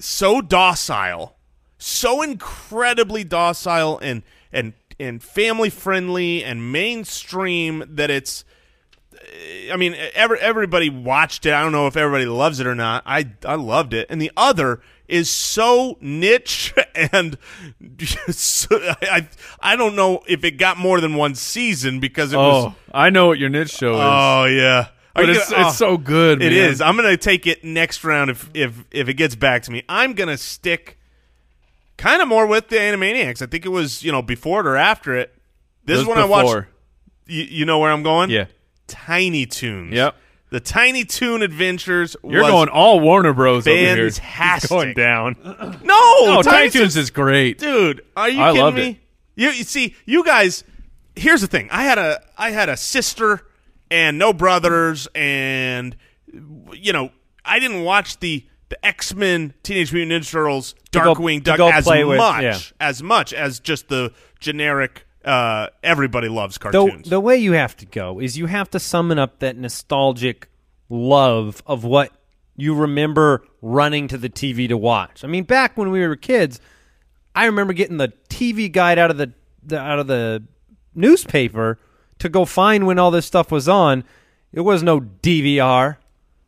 [SPEAKER 3] so docile, so incredibly docile, and and and family friendly and mainstream that it's. I mean, every, everybody watched it. I don't know if everybody loves it or not. I I loved it. And the other is so niche <laughs> and so, I I don't know if it got more than one season because it was.
[SPEAKER 4] oh, I know what your niche show is,
[SPEAKER 3] Oh yeah, Are
[SPEAKER 4] but
[SPEAKER 3] you
[SPEAKER 4] it's,
[SPEAKER 3] gonna-
[SPEAKER 4] it's
[SPEAKER 3] oh.
[SPEAKER 4] so good.
[SPEAKER 3] It
[SPEAKER 4] man.
[SPEAKER 3] is. I'm gonna take it next round if if if it gets back to me. I'm gonna stick. Kind of more with the Animaniacs. I think it was you know before it or after it. This
[SPEAKER 4] Those
[SPEAKER 3] is when I watched.
[SPEAKER 4] before.
[SPEAKER 3] You, you know where I'm going?
[SPEAKER 4] Yeah.
[SPEAKER 3] Tiny Toons.
[SPEAKER 4] Yep.
[SPEAKER 3] The Tiny Toon Adventures.
[SPEAKER 4] You're
[SPEAKER 3] was
[SPEAKER 4] going all Warner Bros. over here.
[SPEAKER 3] fantastic.
[SPEAKER 2] Going down.
[SPEAKER 3] No,
[SPEAKER 4] Oh, Tiny Toons is great.
[SPEAKER 3] dude. Are you
[SPEAKER 4] I
[SPEAKER 3] kidding
[SPEAKER 4] loved
[SPEAKER 3] me?
[SPEAKER 4] it.
[SPEAKER 3] You, you see, you guys. Here's the thing. I had a I had a sister and no brothers, and you know I didn't watch the the X Men, Teenage Mutant Ninja Turtles,
[SPEAKER 2] go-
[SPEAKER 3] Darkwing
[SPEAKER 2] to
[SPEAKER 3] Duck
[SPEAKER 2] go
[SPEAKER 3] as
[SPEAKER 2] play with,
[SPEAKER 3] much
[SPEAKER 2] yeah.
[SPEAKER 3] as much as just the generic uh, everybody loves
[SPEAKER 2] the,
[SPEAKER 3] cartoons.
[SPEAKER 2] the way you have to go is you have to summon up that nostalgic love of what you remember running to the TV to watch. I mean, back when we were kids, I remember getting the TV guide out of the, the out of the newspaper to go find when all this stuff was on. It was no DVR.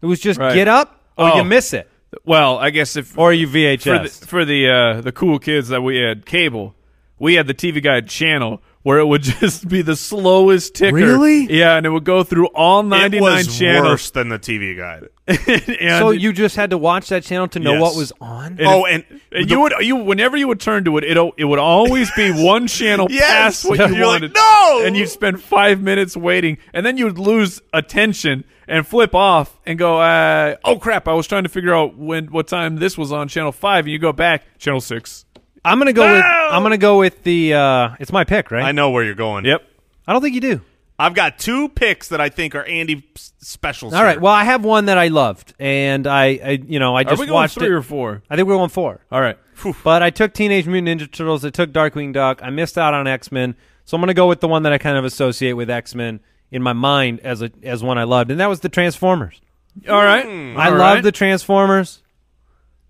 [SPEAKER 2] It was just
[SPEAKER 4] Right.
[SPEAKER 2] get up or
[SPEAKER 4] Oh.
[SPEAKER 2] you miss it
[SPEAKER 4] Well, I guess if
[SPEAKER 2] or you
[SPEAKER 4] for
[SPEAKER 2] VHS.
[SPEAKER 4] the, for the uh, the cool kids that we had cable, we had the TV Guide channel where it would <laughs> just be the slowest ticker.
[SPEAKER 2] Really?
[SPEAKER 4] Yeah, and it would go through all
[SPEAKER 3] it
[SPEAKER 4] 99
[SPEAKER 3] was
[SPEAKER 4] channels.
[SPEAKER 3] worse than the
[SPEAKER 2] <laughs>
[SPEAKER 3] TV guide.
[SPEAKER 4] and-
[SPEAKER 2] so you just had to watch that channel to know
[SPEAKER 3] Yes.
[SPEAKER 2] what was on.
[SPEAKER 3] oh, and
[SPEAKER 4] and you would you whenever you would turn to it, it it would always be <laughs> one channel
[SPEAKER 3] Yes.
[SPEAKER 4] past <laughs> what you
[SPEAKER 3] You're like,
[SPEAKER 4] wanted.
[SPEAKER 3] "No!"
[SPEAKER 4] and you'd spend five minutes waiting, and then you'd lose attention and flip off and go, uh, "Oh crap! I was trying to figure out when what time this was on channel five, and you go back channel six.
[SPEAKER 2] I'm gonna go with
[SPEAKER 4] Ow!
[SPEAKER 2] I'm gonna go with the uh, it's my pick, right?
[SPEAKER 3] I know where you're going.
[SPEAKER 4] Yep.
[SPEAKER 2] I don't think you do.
[SPEAKER 3] I've got two picks that I think are Andy s- specials.
[SPEAKER 2] All right.
[SPEAKER 3] here.
[SPEAKER 2] Well, I have one that I loved, and I, I you know, I
[SPEAKER 4] Are
[SPEAKER 2] just
[SPEAKER 4] we going
[SPEAKER 2] watched
[SPEAKER 4] three
[SPEAKER 2] it.
[SPEAKER 4] or four?
[SPEAKER 2] I think we're going four.
[SPEAKER 4] All right.
[SPEAKER 2] But I took Teenage Mutant Ninja Turtles. I took Darkwing Duck. I missed out on X Men, so I'm going to go with the one that I kind of associate with X Men in my mind as a as one I loved, and that was the Transformers.
[SPEAKER 4] All right.
[SPEAKER 2] I
[SPEAKER 4] All
[SPEAKER 2] loved
[SPEAKER 4] right.
[SPEAKER 2] the Transformers.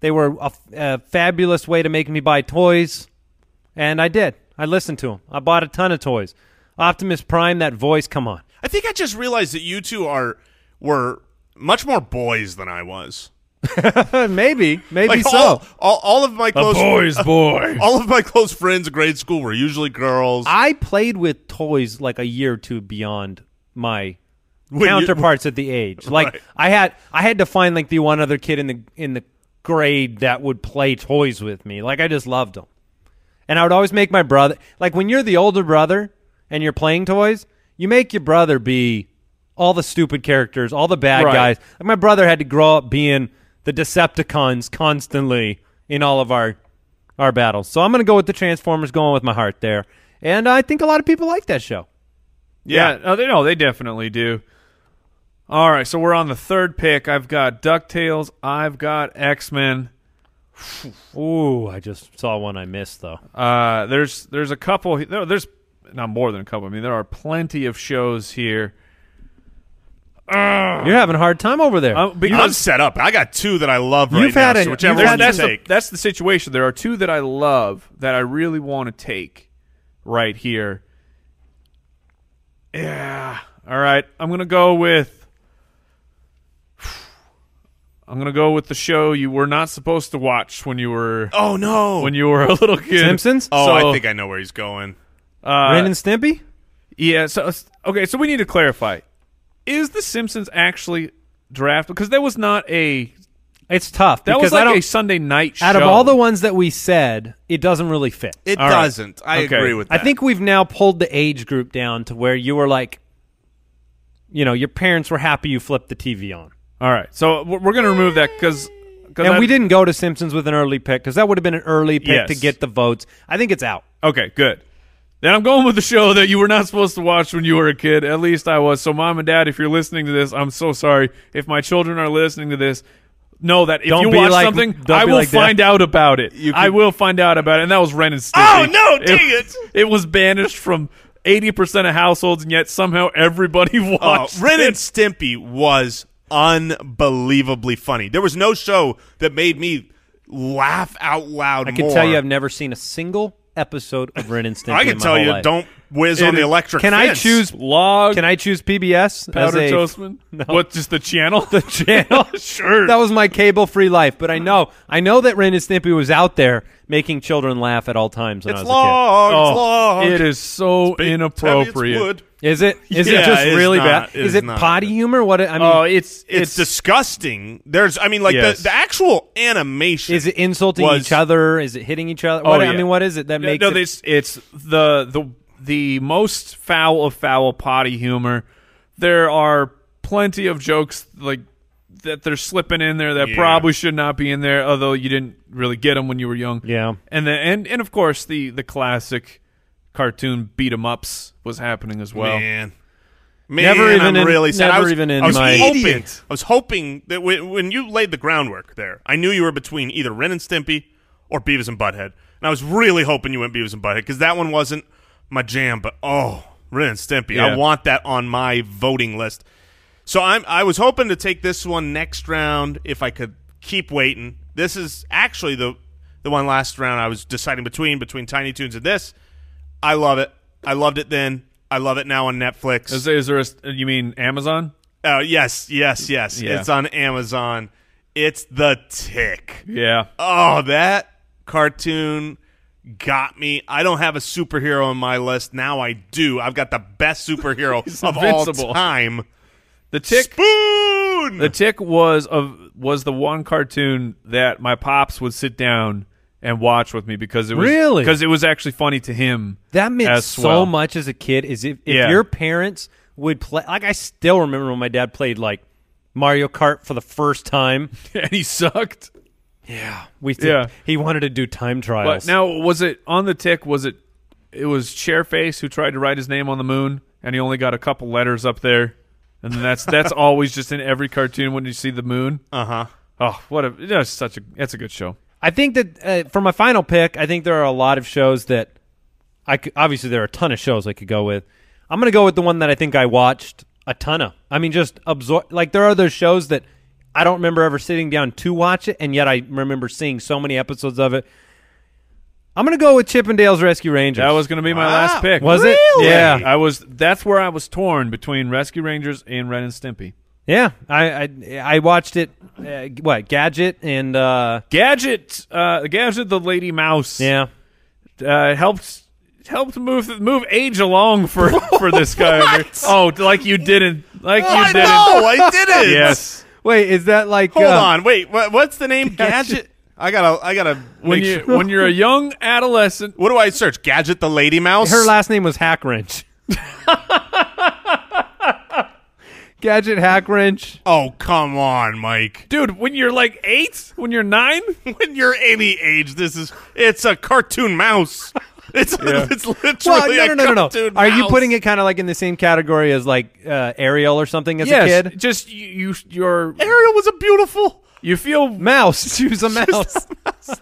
[SPEAKER 2] They were a, f- a fabulous way to make me buy toys, and I did. I listened to them. I bought a ton of toys. Optimus Prime, that voice, come on. <laughs>
[SPEAKER 3] I think I just realized that you two are were much more boys than I was.
[SPEAKER 2] maybe, maybe
[SPEAKER 3] Like
[SPEAKER 2] so.
[SPEAKER 4] oh,
[SPEAKER 3] all, all, all of my close
[SPEAKER 4] <laughs> boy.
[SPEAKER 3] all of my close friends in grade school were usually girls.
[SPEAKER 2] I played with toys like a year or two beyond my
[SPEAKER 3] you-
[SPEAKER 2] counterparts at the age. Like
[SPEAKER 3] Right.
[SPEAKER 2] I had I had to find like the one other kid in the in the grade that would play toys with me. Like I just loved them. And I would always make my brother like when you're the older brother and you're playing toys, you make your brother be all the stupid characters, all the bad
[SPEAKER 4] Right.
[SPEAKER 2] guys. Like my brother had to grow up being the Decepticons constantly in all of our our battles. So I'm going to go with the Transformers going with my heart there. And I think a lot of people like that show.
[SPEAKER 4] Yeah, no, they no, they definitely do. All right, so we're on the third pick. I've got Ducktales. I've got X Men.
[SPEAKER 2] Ooh, I just saw one I missed though.
[SPEAKER 4] Uh, there's there's a couple. There, there's not more than a couple. I mean, there are plenty of shows here.
[SPEAKER 2] You're having a hard time over there.
[SPEAKER 4] Um, because
[SPEAKER 3] I'm set up. I got two that I love right
[SPEAKER 2] You've
[SPEAKER 3] now.
[SPEAKER 2] had
[SPEAKER 3] so
[SPEAKER 2] a-
[SPEAKER 3] whichever
[SPEAKER 2] you've
[SPEAKER 3] one
[SPEAKER 4] there's-
[SPEAKER 2] had
[SPEAKER 3] you
[SPEAKER 4] that's the,
[SPEAKER 3] take.
[SPEAKER 4] that's the situation. There are two that I love that I really want to take right here. Yeah. All right. I'm gonna go with. I'm gonna go with the show you were not supposed to watch when you were
[SPEAKER 3] oh no.
[SPEAKER 4] when you were a little kid.
[SPEAKER 2] Simpsons?
[SPEAKER 3] oh,
[SPEAKER 4] so-
[SPEAKER 3] I think I know where he's going.
[SPEAKER 4] Uh,
[SPEAKER 2] Ren and Stimpy?
[SPEAKER 4] Yeah. So okay. So we need to clarify: is the Simpsons actually drafted? Because that was not a
[SPEAKER 2] It's tough
[SPEAKER 4] that
[SPEAKER 2] because
[SPEAKER 4] was like
[SPEAKER 2] I don't
[SPEAKER 4] a Sunday night.
[SPEAKER 2] out of
[SPEAKER 4] show.
[SPEAKER 2] all the ones that we said, it doesn't really fit.
[SPEAKER 3] It
[SPEAKER 4] All right.
[SPEAKER 3] doesn't. I
[SPEAKER 4] Okay.
[SPEAKER 3] agree with
[SPEAKER 2] I
[SPEAKER 3] that.
[SPEAKER 2] think we've now pulled the age group down to where you were like you know, your parents were happy you flipped the TV on.
[SPEAKER 4] All right. So we're we're gonna remove that because
[SPEAKER 2] And we didn't go to Simpsons with an early pick because that would have been an early pick
[SPEAKER 4] Yes.
[SPEAKER 2] to get the votes. I think it's out.
[SPEAKER 4] Okay. Good. Then I'm going with the show that you were not supposed to watch when you were a kid. At least I was. So mom and dad, if you're listening to this, I'm so sorry. If my children are listening to this. Know that if
[SPEAKER 2] Don't
[SPEAKER 4] you
[SPEAKER 2] be
[SPEAKER 4] watch
[SPEAKER 2] like-
[SPEAKER 4] something,
[SPEAKER 2] don't
[SPEAKER 4] I
[SPEAKER 2] be
[SPEAKER 4] will
[SPEAKER 2] like that.
[SPEAKER 4] find out about it.
[SPEAKER 3] You
[SPEAKER 4] I
[SPEAKER 3] can-
[SPEAKER 4] will find out about it. And that was Ren and
[SPEAKER 3] Oh
[SPEAKER 4] Stimpy.
[SPEAKER 3] no! Dang it!
[SPEAKER 4] It was banished from 80% of households, and yet somehow everybody <laughs>
[SPEAKER 3] Oh,
[SPEAKER 4] watched
[SPEAKER 3] Ren
[SPEAKER 4] it.
[SPEAKER 3] and Stimpy was unbelievably funny. There was no show that made me laugh out loud.
[SPEAKER 2] I can
[SPEAKER 3] more.
[SPEAKER 2] tell you I've never seen a single episode of Ren and Stimpy.
[SPEAKER 3] I
[SPEAKER 2] in
[SPEAKER 3] can
[SPEAKER 2] my
[SPEAKER 3] tell
[SPEAKER 2] whole
[SPEAKER 3] you,
[SPEAKER 2] life.
[SPEAKER 3] don't whiz
[SPEAKER 4] It
[SPEAKER 3] on the
[SPEAKER 4] is-
[SPEAKER 3] electric.
[SPEAKER 2] Can I
[SPEAKER 3] fence.
[SPEAKER 2] choose
[SPEAKER 4] Log,
[SPEAKER 2] Can I choose PBS as
[SPEAKER 4] Powder
[SPEAKER 2] a
[SPEAKER 3] <laughs>
[SPEAKER 4] Toastman? What, just the channel? The <laughs>
[SPEAKER 2] channel?
[SPEAKER 4] sure.
[SPEAKER 2] That was my cable free life, but I know I know that Ren and Stimpy was out there making children laugh at all times when
[SPEAKER 3] It's
[SPEAKER 2] I was a kid. Oh,
[SPEAKER 3] long. it's long.
[SPEAKER 4] Oh, It is so
[SPEAKER 3] Big, heavy, it's
[SPEAKER 4] inappropriate.
[SPEAKER 3] wood.
[SPEAKER 2] Is it? Is
[SPEAKER 3] Yeah,
[SPEAKER 2] it just
[SPEAKER 3] it's
[SPEAKER 2] really
[SPEAKER 3] not-
[SPEAKER 2] bad? Is
[SPEAKER 3] it's
[SPEAKER 2] it
[SPEAKER 3] not
[SPEAKER 2] potty
[SPEAKER 3] good.
[SPEAKER 2] humor? What? I mean,
[SPEAKER 4] Oh, it's
[SPEAKER 3] It's,
[SPEAKER 4] it's,
[SPEAKER 3] disgusting. There's, I mean, like
[SPEAKER 4] Yes.
[SPEAKER 3] the, the actual animation.
[SPEAKER 2] is it insulting
[SPEAKER 3] was-
[SPEAKER 2] each other? Is it hitting each other? What,
[SPEAKER 4] Oh, yeah.
[SPEAKER 2] I mean, what is it that
[SPEAKER 4] No,
[SPEAKER 2] makes
[SPEAKER 4] no,
[SPEAKER 2] it?
[SPEAKER 4] it's it's the the the most foul of foul potty humor. There are plenty of jokes like that they're slipping in there that
[SPEAKER 3] Yeah.
[SPEAKER 4] probably should not be in there, although you didn't really get them when you were young.
[SPEAKER 2] Yeah.
[SPEAKER 4] and then and and of course the the classic cartoon beat 'em ups was happening as well.
[SPEAKER 3] Man. Man,
[SPEAKER 2] Never even
[SPEAKER 3] I'm
[SPEAKER 2] in-
[SPEAKER 3] really sad. I
[SPEAKER 2] never
[SPEAKER 3] was,
[SPEAKER 2] even in
[SPEAKER 3] I was
[SPEAKER 2] my-
[SPEAKER 3] hoping,
[SPEAKER 4] Idiot.
[SPEAKER 3] I was hoping that when, when you laid the groundwork there, I knew you were between either Ren and Stimpy or Beavis and Butthead, and I was really hoping you went Beavis and Butthead because that one wasn't my jam. But oh, Ren and Stimpy,
[SPEAKER 4] Yeah.
[SPEAKER 3] I want that on my voting list. So I'm I was hoping to take this one next round if I could keep waiting. This is actually the the one last round I was deciding between between Tiny Toons and this. I love it. I loved it then. I love it now on Netflix.
[SPEAKER 4] Is, is there a, you mean Amazon?
[SPEAKER 3] Oh yes, yes, yes.
[SPEAKER 4] Yeah.
[SPEAKER 3] It's on Amazon. It's the tick.
[SPEAKER 4] Yeah,
[SPEAKER 3] Oh, that cartoon got me. I don't have a superhero on my list. Now I do. I've got the best
[SPEAKER 4] <laughs>
[SPEAKER 3] superhero of
[SPEAKER 4] invincible.
[SPEAKER 3] all time.
[SPEAKER 4] the tick
[SPEAKER 3] Spoon.
[SPEAKER 4] The Tick was of was the one cartoon that my pops would sit down and watch with me because it was
[SPEAKER 2] Really?
[SPEAKER 4] because it was actually funny to him.
[SPEAKER 2] That meant
[SPEAKER 4] as
[SPEAKER 2] so
[SPEAKER 4] well.
[SPEAKER 2] much as a kid. Is if, if
[SPEAKER 4] Yeah.
[SPEAKER 2] your parents would play, like I still remember when my dad played like Mario Kart for the first time.
[SPEAKER 4] <laughs> and he sucked.
[SPEAKER 2] We did,
[SPEAKER 4] Yeah.
[SPEAKER 2] he wanted to do time
[SPEAKER 4] But
[SPEAKER 2] trials.
[SPEAKER 4] now was it on the Tick? Was it it was Chairface who tried to write his name on the moon and he only got a couple letters up there, and then that's that's
[SPEAKER 2] <laughs>
[SPEAKER 4] always just in every cartoon when you see the moon.
[SPEAKER 3] Uh
[SPEAKER 2] Uh-huh.
[SPEAKER 3] huh.
[SPEAKER 4] Oh, what a that's such a that's a good show.
[SPEAKER 2] I think that uh, for my final pick, I think there are a lot of shows that I could, obviously there are a ton of shows I could go with. I'm going to go with the one that I think I watched a ton of. I mean, just absorb. Like there are those shows that I don't remember ever sitting down to watch it, and yet I remember seeing so many episodes of it. I'm going to go with Chippendales Rescue Rangers.
[SPEAKER 4] That was going to be my last pick.
[SPEAKER 2] Was it? Really?
[SPEAKER 4] Yeah,
[SPEAKER 2] Yeah.
[SPEAKER 4] I was. That's where I was torn between Rescue Rangers and Ren and Stimpy.
[SPEAKER 2] yeah. I I, I watched it. Uh, what Gadget and uh,
[SPEAKER 4] Gadget, uh, Gadget, the Lady Mouse,
[SPEAKER 2] yeah.
[SPEAKER 4] uh, helped helped move move age
[SPEAKER 2] <laughs>
[SPEAKER 4] along for for this guy. over- Oh, like you didn't, like you didn't.
[SPEAKER 3] No, I didn't.
[SPEAKER 4] Yes,
[SPEAKER 2] Wait, is that like
[SPEAKER 3] Hold
[SPEAKER 2] uh,
[SPEAKER 3] on. Wait. What, what's the name? Gadget. I gotta. I gotta.
[SPEAKER 4] when
[SPEAKER 3] make
[SPEAKER 4] you
[SPEAKER 3] sure-
[SPEAKER 4] when you're a young adolescent,
[SPEAKER 3] What do I search? Gadget the Lady Mouse.
[SPEAKER 2] Her last name was Hack Wrench. Gadget Hack Wrench.
[SPEAKER 3] oh come on, Mike. <laughs>
[SPEAKER 4] dude, when you're like eight, when you're nine,
[SPEAKER 3] when you're any age, this is it's a cartoon mouse. <laughs> It's it's literally
[SPEAKER 2] no, no, no, no,
[SPEAKER 3] a
[SPEAKER 2] no.
[SPEAKER 3] cartoon
[SPEAKER 2] Are you
[SPEAKER 3] mouse.
[SPEAKER 2] putting it kind of like in the same category as like uh, Ariel or something as a
[SPEAKER 4] yes,
[SPEAKER 2] kid?
[SPEAKER 4] just you, you you're
[SPEAKER 3] Ariel was a beautiful. <laughs>
[SPEAKER 4] you
[SPEAKER 2] <laughs>
[SPEAKER 4] feel
[SPEAKER 2] Mouse. She was a mouse.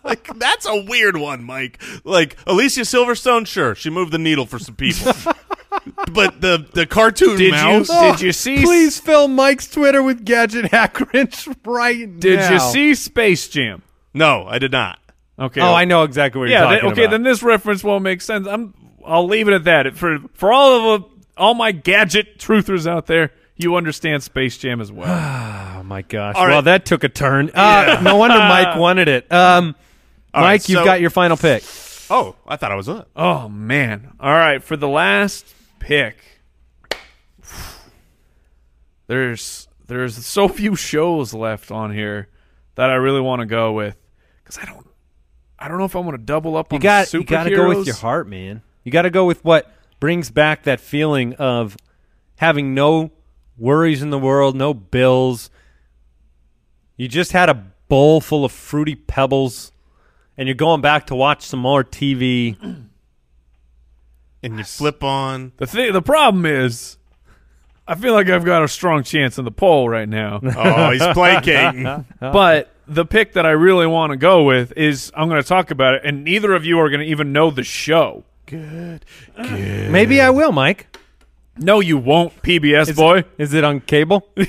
[SPEAKER 3] Like that's a weird one, Mike. Like Alicia Silverstone, sure, she moved the needle for some
[SPEAKER 2] <laughs>
[SPEAKER 3] people, but the the cartoon
[SPEAKER 4] Did you-
[SPEAKER 3] mouse.
[SPEAKER 4] did you see-
[SPEAKER 2] Please fill Mike's Twitter with Gadget Hack Wrench right
[SPEAKER 4] Did
[SPEAKER 2] now.
[SPEAKER 4] you see Space Jam?
[SPEAKER 3] No, I did not.
[SPEAKER 4] Okay.
[SPEAKER 2] Oh, I know exactly what
[SPEAKER 4] Yeah.
[SPEAKER 2] you're
[SPEAKER 4] That,
[SPEAKER 2] talking
[SPEAKER 4] okay.
[SPEAKER 2] about.
[SPEAKER 4] Then this reference won't make sense. I'm. I'll leave it at that. For for all of all my gadget truthers out there, you understand Space Jam
[SPEAKER 2] <sighs>
[SPEAKER 4] as well.
[SPEAKER 2] oh my gosh.
[SPEAKER 3] All right.
[SPEAKER 2] Well, that took a turn. Uh, No wonder Mike wanted it. Um, Mike,
[SPEAKER 3] All right,
[SPEAKER 2] you've
[SPEAKER 3] so-
[SPEAKER 2] got your final pick.
[SPEAKER 3] Oh, I thought I was up.
[SPEAKER 4] oh man. All right. For the last pick, <sighs> there's there's so few shows left on here that I really want to go with because I don't. I don't know if I want to double up on
[SPEAKER 2] You got
[SPEAKER 4] the
[SPEAKER 2] you got to go
[SPEAKER 4] superheroes.
[SPEAKER 2] with your heart, man. You got to go with what brings back that feeling of having no worries in the world, no bills. You just had a bowl full of fruity pebbles and you're going back to watch some more TV.
[SPEAKER 3] And you flip on.
[SPEAKER 4] The thing, the problem is, I feel like I've got a strong chance in the poll
[SPEAKER 2] <laughs>
[SPEAKER 4] right now.
[SPEAKER 3] <laughs> Oh, he's planking.
[SPEAKER 4] but the pick that I really want to go with is I'm going to talk about it, and neither of you are going to even know the show.
[SPEAKER 2] Maybe I will, Mike.
[SPEAKER 4] No, you won't, PBS boy.
[SPEAKER 2] Is it on cable?
[SPEAKER 4] Uh,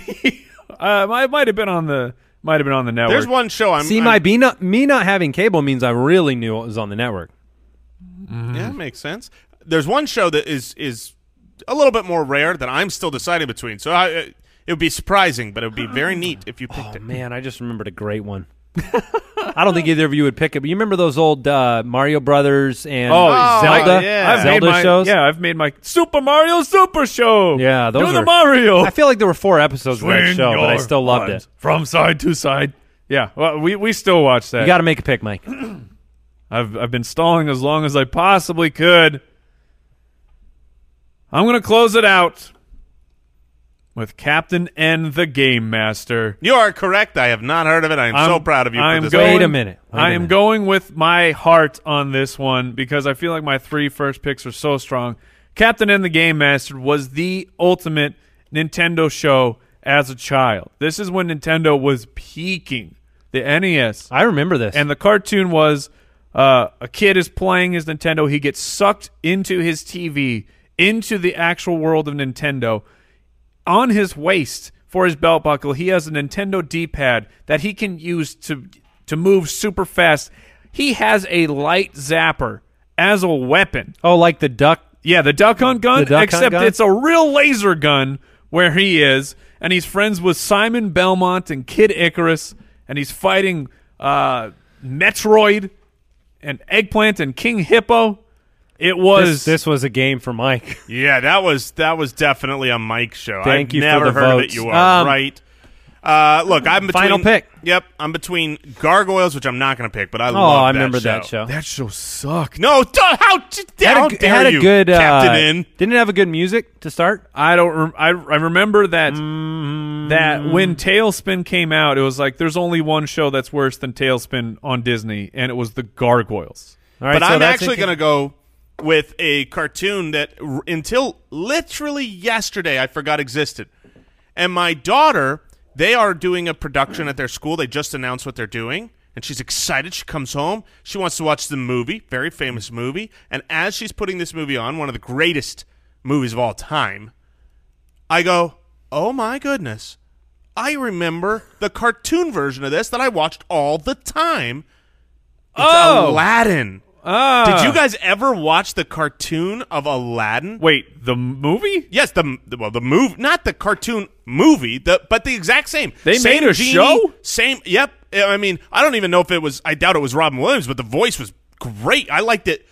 [SPEAKER 4] I might have been on the might have been on the network.
[SPEAKER 3] There's one show I'm.
[SPEAKER 2] See,
[SPEAKER 3] I'm-
[SPEAKER 2] my be not, me not having cable means I really knew it was on the network.
[SPEAKER 3] Yeah, that makes sense. There's one show that is is a little bit more rare that I'm still deciding between. So I, uh, it
[SPEAKER 2] <gasps>
[SPEAKER 3] would be surprising, but it would be very neat if you picked
[SPEAKER 2] Oh
[SPEAKER 3] it.
[SPEAKER 2] man, I just remembered a great one. <laughs> I don't think either of you would pick it. But you remember those old uh, Mario Brothers and
[SPEAKER 4] Oh,
[SPEAKER 2] Zelda,
[SPEAKER 4] I, yeah. I've
[SPEAKER 2] Zelda
[SPEAKER 4] made my,
[SPEAKER 2] shows?
[SPEAKER 4] Yeah, I've made my Super Mario Super Show.
[SPEAKER 2] Yeah, those
[SPEAKER 4] do the
[SPEAKER 2] are-
[SPEAKER 4] Mario.
[SPEAKER 2] I feel like there were four episodes of that
[SPEAKER 4] Swing
[SPEAKER 2] show, but I
[SPEAKER 4] your
[SPEAKER 2] still loved
[SPEAKER 4] arms
[SPEAKER 2] it.
[SPEAKER 4] From side to side. Yeah, well, we we still watch that.
[SPEAKER 2] You got to make a pick, Mike.
[SPEAKER 4] I've I've been stalling as long as I possibly could. I'm gonna close it out with Captain N, the Game Master.
[SPEAKER 3] You are correct. I have not heard of it. I am so proud of you.
[SPEAKER 4] I'm
[SPEAKER 3] for this.
[SPEAKER 4] going-
[SPEAKER 2] Wait a minute. Wait a
[SPEAKER 4] I am
[SPEAKER 2] minute.
[SPEAKER 4] going with my heart on this one because I feel like my three first picks are so strong. Captain and the Game Master was the ultimate Nintendo show as a child. This is when Nintendo was peaking. The E NES.
[SPEAKER 2] I remember this.
[SPEAKER 4] And the cartoon was uh, a kid is playing his Nintendo. He gets sucked into his TV, into the actual world of Nintendo. On his waist for his belt buckle, he has a Nintendo D-pad that he can use to to move super fast. He has a light zapper as a weapon.
[SPEAKER 2] oh, like the duck.
[SPEAKER 4] Yeah, the duck hunt gun,
[SPEAKER 2] The duck hunt
[SPEAKER 4] except
[SPEAKER 2] gun?
[SPEAKER 4] it's a real laser gun where he is, and he's friends with Simon Belmont and Kid Icarus, and he's fighting uh, Metroid and Eggplant and King Hippo. It was
[SPEAKER 2] This, this was a game for Mike. <laughs>
[SPEAKER 3] Yeah, that was that was definitely a Mike show.
[SPEAKER 2] Thank
[SPEAKER 3] I've
[SPEAKER 2] you for
[SPEAKER 3] never
[SPEAKER 2] the
[SPEAKER 3] heard of it.
[SPEAKER 2] votes.
[SPEAKER 3] You are
[SPEAKER 2] Um,
[SPEAKER 3] right. Uh, look, I'm between
[SPEAKER 2] Final pick.
[SPEAKER 3] Yep, I'm between Gargoyles, which I'm not going to pick, but I
[SPEAKER 2] Oh,
[SPEAKER 3] love.
[SPEAKER 2] I remember that show.
[SPEAKER 4] that show sucked.
[SPEAKER 3] No, d- how d-
[SPEAKER 2] Had
[SPEAKER 3] how
[SPEAKER 2] a,
[SPEAKER 3] dare
[SPEAKER 2] had a
[SPEAKER 3] you,
[SPEAKER 2] good uh,
[SPEAKER 3] Captain In?
[SPEAKER 2] Didn't it have a good music to start?
[SPEAKER 4] I don't. Rem- I I remember that
[SPEAKER 2] Mm-hmm.
[SPEAKER 4] that when Tailspin came out, it was like there's only one show that's worse than Tailspin on Disney, and it was the Gargoyles.
[SPEAKER 2] All right,
[SPEAKER 3] but
[SPEAKER 2] so
[SPEAKER 3] I'm
[SPEAKER 2] that's
[SPEAKER 3] actually
[SPEAKER 2] it.
[SPEAKER 3] going to go with a cartoon that r- until literally yesterday I forgot existed. And my daughter, they are doing a production at their school. They just announced what they're doing. And she's excited. She comes home. She wants to watch the movie, very famous movie. And as she's putting this movie on, one of the greatest movies of all time, I go, oh my goodness. I remember the cartoon version of this that I watched all the time. It's
[SPEAKER 4] Oh!
[SPEAKER 3] Aladdin.
[SPEAKER 4] Ah,
[SPEAKER 3] Did you guys ever watch the cartoon of Aladdin?
[SPEAKER 4] wait the movie?
[SPEAKER 3] Yes, the the- well, the move, not the cartoon movie, the but the exact same.
[SPEAKER 4] They
[SPEAKER 3] Same
[SPEAKER 4] made a
[SPEAKER 3] genie,
[SPEAKER 4] show?
[SPEAKER 3] Same. Yep. I mean, I don't even know if it was. I doubt it was Robin Williams, but the voice was great. I liked it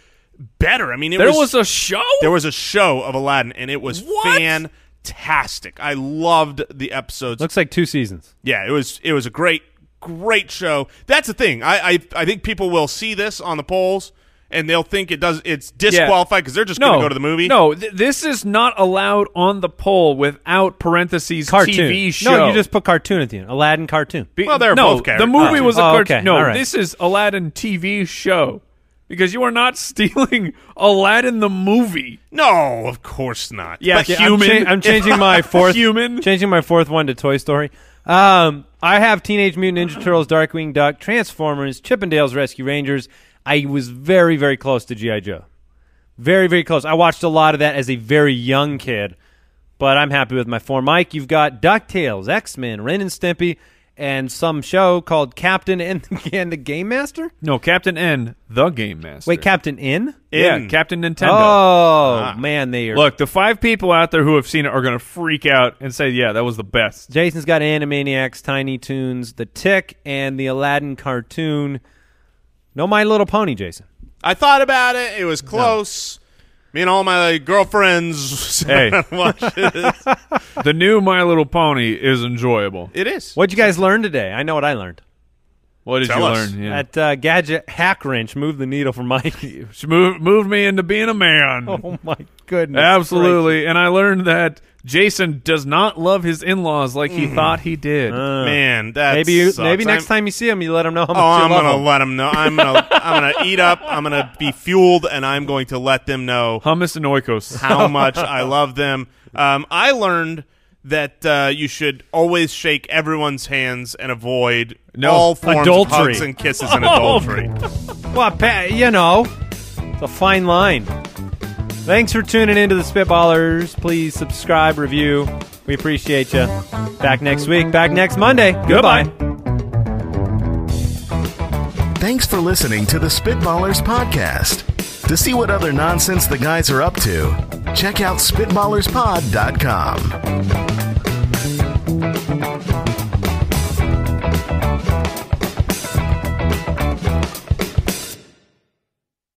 [SPEAKER 3] better. I mean, it
[SPEAKER 4] There
[SPEAKER 3] was,
[SPEAKER 4] was a show.
[SPEAKER 3] there was a show of Aladdin, and it was
[SPEAKER 4] What?
[SPEAKER 3] fantastic. I loved the episodes.
[SPEAKER 2] Looks like two seasons.
[SPEAKER 3] Yeah, it was it was a great great show. That's the thing. I I, I think people will see this on the polls and they'll think it does it's disqualified because they're just going to go to the movie.
[SPEAKER 4] No, th- this is not allowed on the poll without parentheses
[SPEAKER 2] Cartoon.
[SPEAKER 4] TV show.
[SPEAKER 2] No, you just put cartoon at the end. Aladdin cartoon.
[SPEAKER 4] Be-
[SPEAKER 3] Well, they're
[SPEAKER 4] no,
[SPEAKER 3] both
[SPEAKER 4] The
[SPEAKER 3] characters.
[SPEAKER 4] movie was a
[SPEAKER 2] Oh,
[SPEAKER 4] cartoon.
[SPEAKER 2] okay,
[SPEAKER 4] No,
[SPEAKER 2] all right.
[SPEAKER 4] this is Aladdin TV show because you are not <laughs> stealing Aladdin the movie.
[SPEAKER 3] no, of course not.
[SPEAKER 4] Yeah,
[SPEAKER 3] But
[SPEAKER 4] yeah,
[SPEAKER 2] I'm,
[SPEAKER 3] human.
[SPEAKER 4] Human.
[SPEAKER 2] I'm changing
[SPEAKER 4] <laughs>
[SPEAKER 2] my fourth
[SPEAKER 4] Human.
[SPEAKER 2] Changing my fourth one to Toy Story. Um, I have Teenage Mutant Ninja Turtles, Darkwing Duck, Transformers, Chippendales Rescue Rangers. I was very very close to GI Joe. Very very close. I watched a lot of that as a very young kid, but I'm happy with my four. Mike, you've got DuckTales, X-Men, Ren and Stimpy, and some show called Captain and, <laughs> and the Game Master?
[SPEAKER 4] No, Captain N, the Game Master.
[SPEAKER 2] Wait, Captain In?
[SPEAKER 4] yeah,
[SPEAKER 3] N.
[SPEAKER 4] Captain Nintendo.
[SPEAKER 2] Oh, man, they are
[SPEAKER 4] Ah. Look, the five people out there who have seen it are going to freak out and say, "Yeah, that was the best."
[SPEAKER 2] Jason's got Animaniacs, Tiny Toons, The Tick, and the Aladdin cartoon. No My Little Pony, Jason.
[SPEAKER 3] I thought about it. It was close. Me and all my girlfriends <laughs>
[SPEAKER 4] Hey.
[SPEAKER 3] watched it.
[SPEAKER 4] the new My Little Pony is enjoyable.
[SPEAKER 3] It is.
[SPEAKER 2] What'd you guys learn today? I know what I learned.
[SPEAKER 4] What did
[SPEAKER 3] Tell
[SPEAKER 4] you
[SPEAKER 3] us.
[SPEAKER 4] learn? Yeah.
[SPEAKER 2] That uh, gadget hack wrench moved the needle for Mike.
[SPEAKER 3] <laughs>
[SPEAKER 4] She moved, moved me into being a man.
[SPEAKER 2] oh my goodness!
[SPEAKER 4] Absolutely. And I learned that Jason does not love his in laws like he thought he did.
[SPEAKER 2] Uh,
[SPEAKER 3] Man, that
[SPEAKER 2] maybe you,
[SPEAKER 3] sucks.
[SPEAKER 2] maybe next
[SPEAKER 3] I'm-
[SPEAKER 2] time you see him, you let him know how much
[SPEAKER 3] Oh, I'm
[SPEAKER 2] you love
[SPEAKER 3] gonna
[SPEAKER 2] him.
[SPEAKER 3] let them know. I'm gonna I'm gonna eat up. I'm gonna be fueled, and I'm going to let them know
[SPEAKER 4] Hummus and oikos.
[SPEAKER 3] <laughs> how much I love them. Um, I learned that uh, you should always shake everyone's hands and avoid
[SPEAKER 4] No,
[SPEAKER 3] all forms
[SPEAKER 2] adultery.
[SPEAKER 3] of hugs and kisses and adultery.
[SPEAKER 2] Well, Pat, you know, it's a fine line. Thanks for tuning into the Spitballers. Please subscribe, review. We appreciate you. Back next week. Back next Monday.
[SPEAKER 4] Goodbye.
[SPEAKER 2] Goodbye.
[SPEAKER 1] Thanks for listening to the Spitballers Podcast. To see what other nonsense the guys are up to, check out SpitballersPod.com.